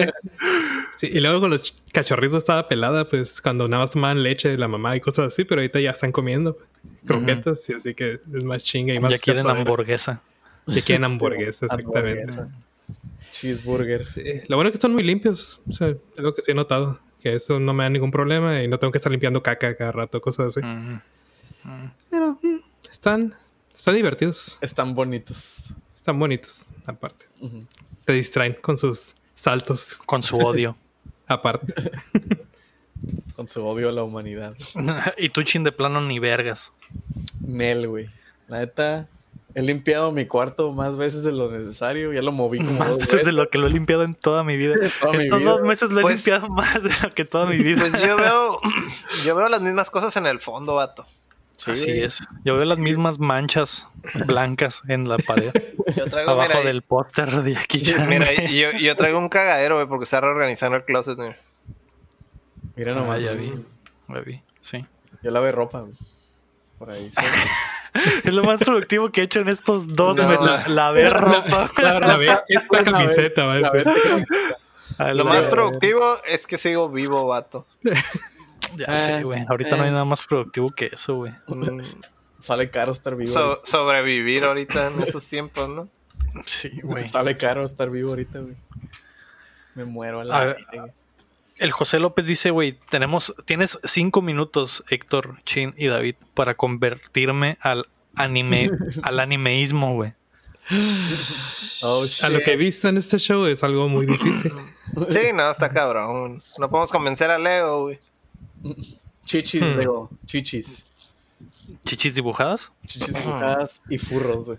[SPEAKER 2] Sí, y luego con los ch- cachorritos estaba pelada, pues cuando nada más tomaban leche de la mamá y cosas así, pero ahorita ya están comiendo croquetas y así que es más chinga y más
[SPEAKER 1] Ya quieren
[SPEAKER 2] cazadera.
[SPEAKER 1] hamburguesa.
[SPEAKER 2] Ya
[SPEAKER 3] [LAUGHS]
[SPEAKER 2] quieren hamburguesa, exactamente.
[SPEAKER 3] Hamburguesa. Cheeseburger.
[SPEAKER 2] Sí, Lo bueno es que son muy limpios, o sea, es lo que sí he notado. Que eso no me da ningún problema y no tengo que estar limpiando caca cada rato, cosas
[SPEAKER 3] Mm.
[SPEAKER 2] así.
[SPEAKER 1] Ujú. Ujú.
[SPEAKER 2] Pero mm, están, están divertidos.
[SPEAKER 3] Están bonitos.
[SPEAKER 2] Están bonitos, aparte.
[SPEAKER 3] Ujú.
[SPEAKER 2] Te distraen con sus saltos,
[SPEAKER 1] Con su
[SPEAKER 4] [LAUGHS]
[SPEAKER 1] odio. [LAUGHS]
[SPEAKER 3] [LAUGHS]
[SPEAKER 2] aparte.
[SPEAKER 3] Con su odio a la humanidad.
[SPEAKER 1] y tú chin de plano ni vergas.
[SPEAKER 3] Nel, güey. La neta, he limpiado mi cuarto más veces de lo necesario. Ya lo moví como
[SPEAKER 1] [LAUGHS] Más
[SPEAKER 3] dos
[SPEAKER 1] veces de lo que lo he limpiado en toda mi vida.
[SPEAKER 3] toda mi
[SPEAKER 1] Estos
[SPEAKER 3] vida.
[SPEAKER 1] dos meses lo he
[SPEAKER 4] Pues-
[SPEAKER 1] limpiado [LAUGHS] más de lo que toda mi vida.
[SPEAKER 4] Pues yo veo, [CLEARS THROAT] yo veo las mismas cosas en el fondo, vato. pues
[SPEAKER 3] Sí,
[SPEAKER 1] Así
[SPEAKER 3] güey.
[SPEAKER 1] es. Yo veo las mismas manchas blancas en la
[SPEAKER 4] [LAUGHS]
[SPEAKER 1] pared.
[SPEAKER 4] Yo traigo,
[SPEAKER 1] abajo
[SPEAKER 4] mira, y- [LAUGHS]
[SPEAKER 1] del póster de aquí. ya
[SPEAKER 4] mira,
[SPEAKER 1] [LAUGHS]
[SPEAKER 4] eh.
[SPEAKER 1] me-
[SPEAKER 4] y yo, yo traigo un cagadero, güey, porque está reorganizando el closet. güey.
[SPEAKER 3] Mira
[SPEAKER 1] Ah,
[SPEAKER 3] nomás.
[SPEAKER 1] ya vi. me vi, Sí.
[SPEAKER 3] Yo lavé ropa, güey. Por ahí. sí.
[SPEAKER 1] Es lo más productivo que he hecho en estos dos
[SPEAKER 4] No.
[SPEAKER 1] meses. Lavar ropa.
[SPEAKER 2] La ve esta
[SPEAKER 3] La vez-
[SPEAKER 2] camiseta, va a
[SPEAKER 3] la vez
[SPEAKER 2] decir.
[SPEAKER 3] que-
[SPEAKER 4] Lo eh. más
[SPEAKER 1] Lavar-
[SPEAKER 4] productivo es que sigo vivo, vato.
[SPEAKER 1] Ya sé,
[SPEAKER 4] Eh,
[SPEAKER 1] güey. Ahorita no hay nada más productivo que eso, güey.
[SPEAKER 4] Mm,
[SPEAKER 3] Sale caro estar vivo.
[SPEAKER 4] so- sobrevivir ahorita en estos
[SPEAKER 1] [LAUGHS]
[SPEAKER 4] tiempos, ¿no?
[SPEAKER 1] Sí,
[SPEAKER 3] güey.
[SPEAKER 1] güey.
[SPEAKER 3] Sale caro estar vivo ahorita, güey. Me muero a la
[SPEAKER 1] A ver,
[SPEAKER 3] verga.
[SPEAKER 1] El José López dice, güey, tenemos, tienes cinco minutos, Héctor, Chin y David, para convertirme al anime, al animeísmo, güey.
[SPEAKER 3] Oh,
[SPEAKER 2] A lo
[SPEAKER 3] shit.
[SPEAKER 2] que he visto en este show es algo muy
[SPEAKER 3] [LAUGHS]
[SPEAKER 2] difícil.
[SPEAKER 4] Sí, no, está cabrón. No podemos convencer a Leo, güey.
[SPEAKER 3] Chichis,
[SPEAKER 2] Hmm.
[SPEAKER 3] digo. Chichis.
[SPEAKER 1] Chichis dibujadas.
[SPEAKER 3] Chichis dibujadas y furros, güey.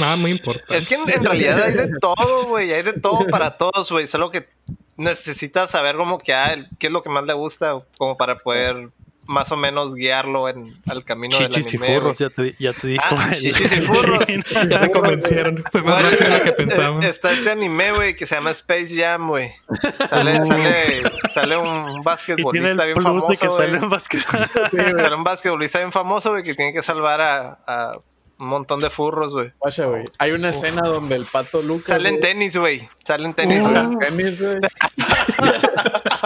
[SPEAKER 2] Nada muy importante.
[SPEAKER 1] Pues
[SPEAKER 4] Es que en, en realidad hay de todo, güey. Hay de todo
[SPEAKER 1] [LAUGHS]
[SPEAKER 4] para todos, güey. Solo que necesitas saber como que a él, qué es lo que más le gusta, como para poder más o menos guiarlo en, al camino del
[SPEAKER 1] Chichis y
[SPEAKER 4] anime.
[SPEAKER 1] furros,
[SPEAKER 4] güey.
[SPEAKER 1] ya te, ya te dijo.
[SPEAKER 4] Ah,
[SPEAKER 1] el-
[SPEAKER 4] chichis y furros.
[SPEAKER 1] Chin.
[SPEAKER 2] Ya me convencieron. Fue [LAUGHS] más rápido de lo que pensaba.
[SPEAKER 4] Eh, Está este anime, güey, que se llama Space Jam, güey.
[SPEAKER 1] [LAUGHS]
[SPEAKER 4] Sale, sale, sale un
[SPEAKER 1] Y tiene el
[SPEAKER 4] basquetbolista bien
[SPEAKER 1] plus
[SPEAKER 4] famoso.
[SPEAKER 1] de que
[SPEAKER 4] güey.
[SPEAKER 1] sale en básquet.
[SPEAKER 4] [LAUGHS] Sale un basquetbolista bien famoso, güey, que tiene que salvar a, a un montón de furros, güey.
[SPEAKER 3] Guacha, güey. Hay una escena donde el pato Lucas.
[SPEAKER 4] Salen
[SPEAKER 3] güey,
[SPEAKER 4] tenis, güey. Salen tenis, güey.
[SPEAKER 1] Ah.
[SPEAKER 3] juega
[SPEAKER 1] [LAUGHS]
[SPEAKER 3] tenis, güey.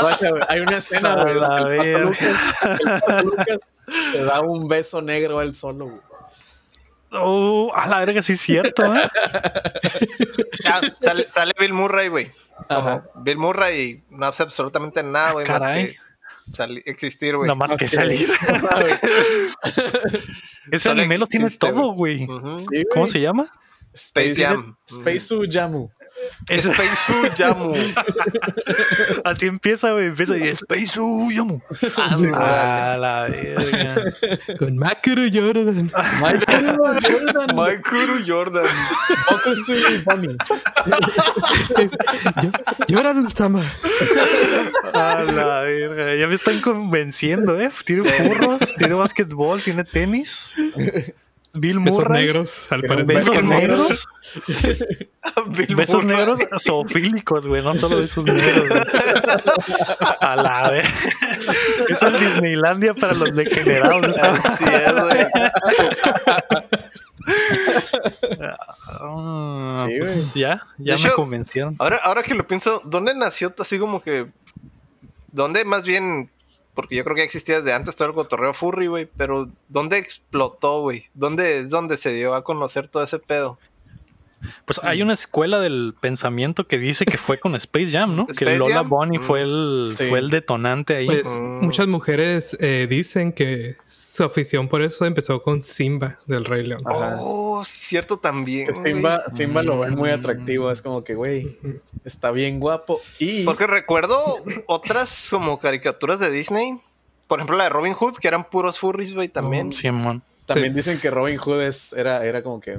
[SPEAKER 3] Guacha, güey. Hay una escena,
[SPEAKER 1] A
[SPEAKER 3] güey,
[SPEAKER 1] la
[SPEAKER 3] donde el pato,
[SPEAKER 1] verga.
[SPEAKER 3] Lucas, el pato Lucas se da un beso negro él solo, güey.
[SPEAKER 1] [LAUGHS] Oh, a la verga, sí es cierto, ¿eh?
[SPEAKER 4] Ah, sale, sale Bill Murray, güey.
[SPEAKER 3] Ajá.
[SPEAKER 4] Como Bill Murray no hace absolutamente nada, güey, más
[SPEAKER 1] Ah, caray.
[SPEAKER 4] que sali- existir, güey.
[SPEAKER 1] Nada más
[SPEAKER 3] Más
[SPEAKER 1] que
[SPEAKER 3] que- [LAUGHS]
[SPEAKER 1] salir.
[SPEAKER 3] Ah,
[SPEAKER 1] [LAUGHS]
[SPEAKER 3] güey.
[SPEAKER 1] Ese
[SPEAKER 4] Solo
[SPEAKER 1] anime lo tiene
[SPEAKER 4] existe,
[SPEAKER 1] todo, güey.
[SPEAKER 4] Ujú.
[SPEAKER 3] Sí, güey.
[SPEAKER 1] ¿Cómo se llama?
[SPEAKER 4] Space Jam.
[SPEAKER 3] Space Su Jamu.
[SPEAKER 1] Es-
[SPEAKER 4] Space Su Jamu.
[SPEAKER 1] [LAUGHS] así empieza, güey. Empieza y Space Uyamu. [LAUGHS] A la verga.
[SPEAKER 2] Con Makuru [LAUGHS] Jordan.
[SPEAKER 3] Michael Jordan.
[SPEAKER 4] Michael Jordan.
[SPEAKER 3] Goku Su Bunny.
[SPEAKER 2] Jordan Sama.
[SPEAKER 1] A la verga. Ya me están convenciendo, ¿eh? Tiene furros, tiene basquetbol, tiene tenis. Bill
[SPEAKER 2] Besos
[SPEAKER 1] Murray.
[SPEAKER 2] negros, al
[SPEAKER 3] Era un
[SPEAKER 2] parecer.
[SPEAKER 1] Besos
[SPEAKER 3] Besos
[SPEAKER 1] negros.
[SPEAKER 4] Bill
[SPEAKER 1] Besos
[SPEAKER 4] Murray. [LAUGHS]
[SPEAKER 1] negros zoofílicos, güey, no solo besos negros. güey. A la vez. Es el Disneylandia para los degenerados. ¿no?
[SPEAKER 4] Así es, güey.
[SPEAKER 1] Ah,
[SPEAKER 3] Sí,
[SPEAKER 1] pues ya,
[SPEAKER 4] De
[SPEAKER 1] ya me
[SPEAKER 4] hecho-
[SPEAKER 1] convencieron.
[SPEAKER 4] Ahora, ahora que lo pienso, ¿dónde nació así como que... ¿Dónde más bien... Porque yo creo que existía desde antes todo el cotorreo furry, güey. Pero ¿dónde explotó, güey? ¿Dónde es donde se dio a conocer todo ese pedo?
[SPEAKER 1] Pues hay una escuela del pensamiento que dice que fue con Space Jam, ¿no? que
[SPEAKER 4] Space
[SPEAKER 1] Lola
[SPEAKER 4] Jam.
[SPEAKER 1] Bunny
[SPEAKER 4] Mm.
[SPEAKER 1] fue el
[SPEAKER 3] Sí.
[SPEAKER 1] fue el detonante ahí.
[SPEAKER 2] Pues
[SPEAKER 4] Mm.
[SPEAKER 2] muchas mujeres eh, dicen que su afición por eso empezó con Simba del Rey León.
[SPEAKER 1] Ah.
[SPEAKER 3] Ajá. Este
[SPEAKER 4] Oh, cierto también.
[SPEAKER 3] Que
[SPEAKER 4] güey.
[SPEAKER 3] Simba, Simba lo
[SPEAKER 1] Mm.
[SPEAKER 3] ven muy atractivo. Es como que, güey, está bien guapo. Y.
[SPEAKER 4] Porque recuerdo otras como caricaturas de Disney. Por ejemplo, la de Robin Hood, que eran puros furries, güey,
[SPEAKER 3] Mm,
[SPEAKER 4] también.
[SPEAKER 1] Simón.
[SPEAKER 3] También
[SPEAKER 2] Sí.
[SPEAKER 3] dicen que Robin Hood es- era, era como que.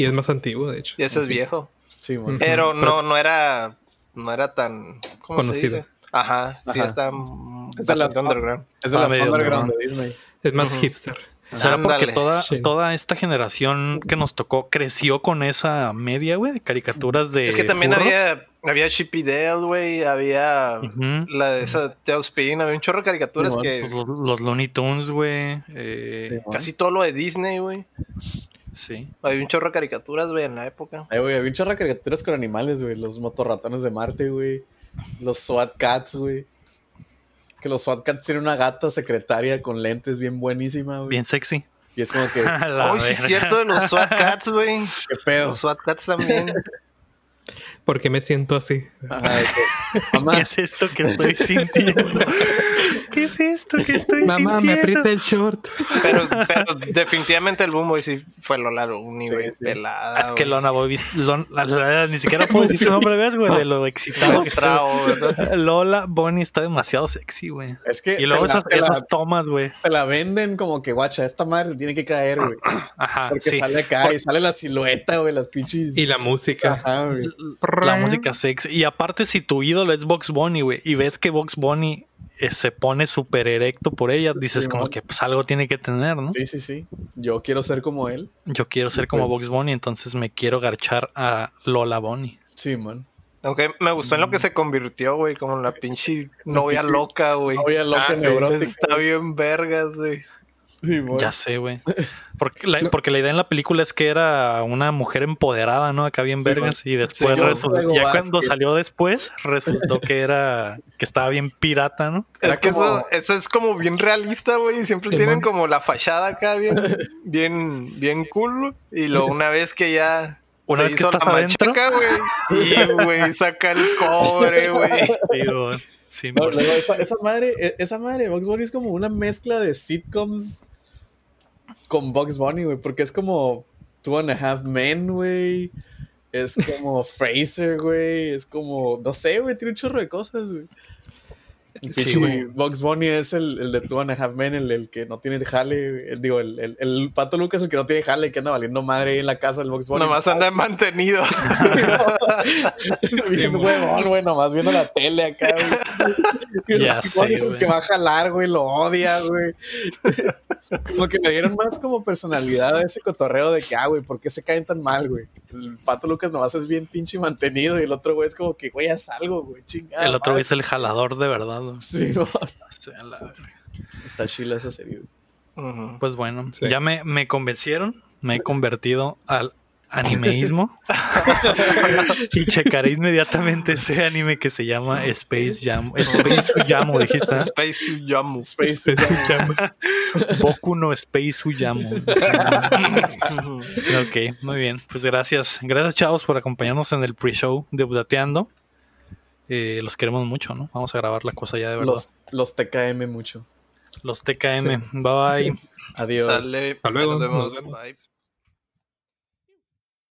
[SPEAKER 2] Y es más antiguo, de hecho.
[SPEAKER 4] Y ese es viejo.
[SPEAKER 3] Sí,
[SPEAKER 1] Mm.
[SPEAKER 3] mon.
[SPEAKER 4] Pero
[SPEAKER 2] Ujú,
[SPEAKER 4] no, no era. No era tan. ¿Cómo
[SPEAKER 2] Conocido.
[SPEAKER 4] se dice? Ajá, sí,
[SPEAKER 3] Ajá.
[SPEAKER 4] está. mm,
[SPEAKER 3] Es de las-
[SPEAKER 4] bastante underground.
[SPEAKER 3] Es de
[SPEAKER 1] Ah,
[SPEAKER 3] las
[SPEAKER 1] medio
[SPEAKER 3] underground de Disney.
[SPEAKER 2] Es más
[SPEAKER 4] Ujú.
[SPEAKER 2] hipster.
[SPEAKER 1] Será porque
[SPEAKER 4] Ándale.
[SPEAKER 1] toda,
[SPEAKER 2] Sí.
[SPEAKER 1] toda esta generación que nos tocó creció con esa media, güey, de caricaturas de.
[SPEAKER 4] Es que también
[SPEAKER 1] Eh, furros.
[SPEAKER 4] había. Había Chippy Dale, güey. Había.
[SPEAKER 1] Ujú.
[SPEAKER 4] La de esa Tailspin. Había un chorro de caricaturas
[SPEAKER 3] Simón.
[SPEAKER 4] que.
[SPEAKER 1] Pues los, los Looney Tunes, güey. eh,
[SPEAKER 3] Sí, mon.
[SPEAKER 4] Casi todo lo de Disney, güey.
[SPEAKER 1] sí.
[SPEAKER 4] Había un chorro de caricaturas, güey, en la época.
[SPEAKER 3] Ay, güey, había un chorro de caricaturas con animales, güey. Los motorratones de Marte, güey. Los SWAT Cats, güey. Que los SWAT Cats tienen una gata secretaria con lentes bien buenísima, güey.
[SPEAKER 1] Bien sexy. [LAUGHS]
[SPEAKER 3] Y es como que,
[SPEAKER 1] A la
[SPEAKER 4] Oh, sí, es
[SPEAKER 1] verga. [LAUGHS]
[SPEAKER 4] cierto de los SWAT Cats, güey.
[SPEAKER 3] qué pedo.
[SPEAKER 4] Los SWAT Cats también.
[SPEAKER 2] ¿Por qué me siento así?
[SPEAKER 3] Ajá, de que,
[SPEAKER 1] ¿Qué
[SPEAKER 3] Mamá,
[SPEAKER 1] es esto que
[SPEAKER 2] [LAUGHS]
[SPEAKER 1] estoy sintiendo? ¿Qué es esto que estoy
[SPEAKER 2] Mamá, me
[SPEAKER 1] sintiendo?
[SPEAKER 2] aprieta el short.
[SPEAKER 1] [LAUGHS]
[SPEAKER 4] Pero, pero definitivamente el Boom Boy sí fue Lola Luni,
[SPEAKER 3] Sí,
[SPEAKER 4] güey.
[SPEAKER 3] sí.
[SPEAKER 4] Pelada.
[SPEAKER 1] Es que
[SPEAKER 4] Ah, güey.
[SPEAKER 1] Lona Boy, Lon- la- la- ni siquiera puedo decir
[SPEAKER 2] [LAUGHS]
[SPEAKER 1] su nombre, ¿ves, güey? De lo excitado que está.
[SPEAKER 4] Trao, ¿verdad?
[SPEAKER 1] Lola Bonnie está demasiado sexy, güey.
[SPEAKER 3] es que
[SPEAKER 1] Y luego
[SPEAKER 3] te, la,
[SPEAKER 1] esas,
[SPEAKER 3] te la-
[SPEAKER 1] esas tomas, güey.
[SPEAKER 3] te la venden como que, guacha, esta madre tiene que caer, güey.
[SPEAKER 1] Ajá.
[SPEAKER 3] Porque
[SPEAKER 1] sí.
[SPEAKER 3] sale acá y sale la silueta, güey, las pinches.
[SPEAKER 2] Y la música.
[SPEAKER 3] Ajá, güey.
[SPEAKER 1] La música sexy. Y aparte, si tu ídolo es Box Bunny, güey, y ves que Box Bunny eh, se pone súper erecto por ella, dices
[SPEAKER 3] Sí,
[SPEAKER 1] como
[SPEAKER 3] mon.
[SPEAKER 1] que pues algo tiene que tener, ¿no?
[SPEAKER 3] Sí, sí, sí. Yo quiero ser como él.
[SPEAKER 1] Yo quiero ser como
[SPEAKER 3] Pues-
[SPEAKER 1] Box Bunny, entonces me quiero garchar a Lola Bunny.
[SPEAKER 3] Sí, man.
[SPEAKER 4] Aunque me gustó en lo que se convirtió, güey, como en la pinche
[SPEAKER 1] [LAUGHS]
[SPEAKER 4] novia
[SPEAKER 3] pinche
[SPEAKER 4] loca, güey. Ah,
[SPEAKER 3] novia loca
[SPEAKER 4] sí,
[SPEAKER 3] neurótica,
[SPEAKER 4] Está bien vergas, güey.
[SPEAKER 3] Sí, man.
[SPEAKER 1] Ya sé,
[SPEAKER 3] [LAUGHS]
[SPEAKER 1] güey. Porque la, porque la idea en la película es que era una mujer empoderada, ¿no? Acá bien
[SPEAKER 3] Sí,
[SPEAKER 1] vergas. Y después
[SPEAKER 3] yo
[SPEAKER 1] resul-
[SPEAKER 3] juego
[SPEAKER 1] ya
[SPEAKER 3] básquet.
[SPEAKER 1] cuando salió después, resultó que era, que estaba bien pirata, ¿no?
[SPEAKER 3] Era
[SPEAKER 4] Es que
[SPEAKER 3] como-
[SPEAKER 4] eso, eso es como bien realista, güey. Siempre
[SPEAKER 2] Sí, man.
[SPEAKER 4] tienen como la fachada
[SPEAKER 1] [LAUGHS]
[SPEAKER 4] acá bien, bien, bien cool. Y luego una vez que ya
[SPEAKER 1] Una
[SPEAKER 4] se
[SPEAKER 1] vez que
[SPEAKER 4] hizo la
[SPEAKER 1] estás adentro.
[SPEAKER 4] machaca, güey. Y güey, saca el
[SPEAKER 1] [LAUGHS]
[SPEAKER 4] cobre, güey.
[SPEAKER 1] Digo, sí,
[SPEAKER 3] No,
[SPEAKER 1] güey.
[SPEAKER 3] luego esa, esa madre, e- esa madre, Box Bunny es como una mezcla de sitcoms con Box Bunny, güey, porque es como Two and a Half Men, güey.
[SPEAKER 2] [LAUGHS]
[SPEAKER 3] Es como Fraser, güey. Es como, no sé, güey, tiene un chorro de cosas, güey. El
[SPEAKER 2] Sí,
[SPEAKER 3] pinche
[SPEAKER 2] güey.
[SPEAKER 3] Bugs Bunny es el, el de Two and a Half Men, el, el que no tiene jale. güey. El, digo, el, el, el pato Lucas, el que no tiene jale, que anda valiendo madre ahí en la casa del Bugs Bunny.
[SPEAKER 4] Nomás
[SPEAKER 1] [LAUGHS]
[SPEAKER 4] anda mantenido.
[SPEAKER 3] [LAUGHS] Bien
[SPEAKER 2] mo.
[SPEAKER 3] huevón, güey, nomás viendo la tele acá,
[SPEAKER 1] [LAUGHS]
[SPEAKER 3] güey. Y el
[SPEAKER 1] Ya
[SPEAKER 3] Bugs
[SPEAKER 1] sé,
[SPEAKER 3] Bunny es el
[SPEAKER 1] güey.
[SPEAKER 3] que va a jalar, güey, lo odia, güey. [LAUGHS] como que le dieron más como personalidad a ese cotorreo de que, ah, güey, ¿por qué se caen tan mal, güey? El pato Lucas nomás es bien pinche mantenido y el otro güey es como que, güey, haz algo, güey, chingada.
[SPEAKER 1] El otro
[SPEAKER 3] madre.
[SPEAKER 1] es el jalador de verdad.
[SPEAKER 3] [LAUGHS]
[SPEAKER 1] güey.
[SPEAKER 3] Sí, mo.
[SPEAKER 1] O sea, la-
[SPEAKER 3] Está chila esa serie,
[SPEAKER 1] [LAUGHS]
[SPEAKER 3] güey.
[SPEAKER 4] Ujú.
[SPEAKER 1] Pues bueno,
[SPEAKER 2] Sí.
[SPEAKER 1] ya me, me convencieron, me he convertido al animeísmo [LAUGHS] y checaré inmediatamente ese anime que se llama Space Jam. Space Uyamu, dijiste, ¿eh?
[SPEAKER 4] Space Yamu.
[SPEAKER 3] Space
[SPEAKER 2] Se escucha-
[SPEAKER 1] Boku no Space Uyamu.
[SPEAKER 4] Ujú.
[SPEAKER 1] ok, muy bien. Pues gracias. Gracias, chavos, por acompañarnos en el pre-show de Budateando. Eh, los queremos mucho, ¿no? Vamos a grabar la cosa ya de verdad.
[SPEAKER 3] los, los TKM mucho.
[SPEAKER 1] Los, TKM. Bye bye.
[SPEAKER 3] Adiós.
[SPEAKER 4] Sale.
[SPEAKER 2] Hasta luego.
[SPEAKER 4] Nos vemos.
[SPEAKER 2] Nos vemos.
[SPEAKER 4] Bye.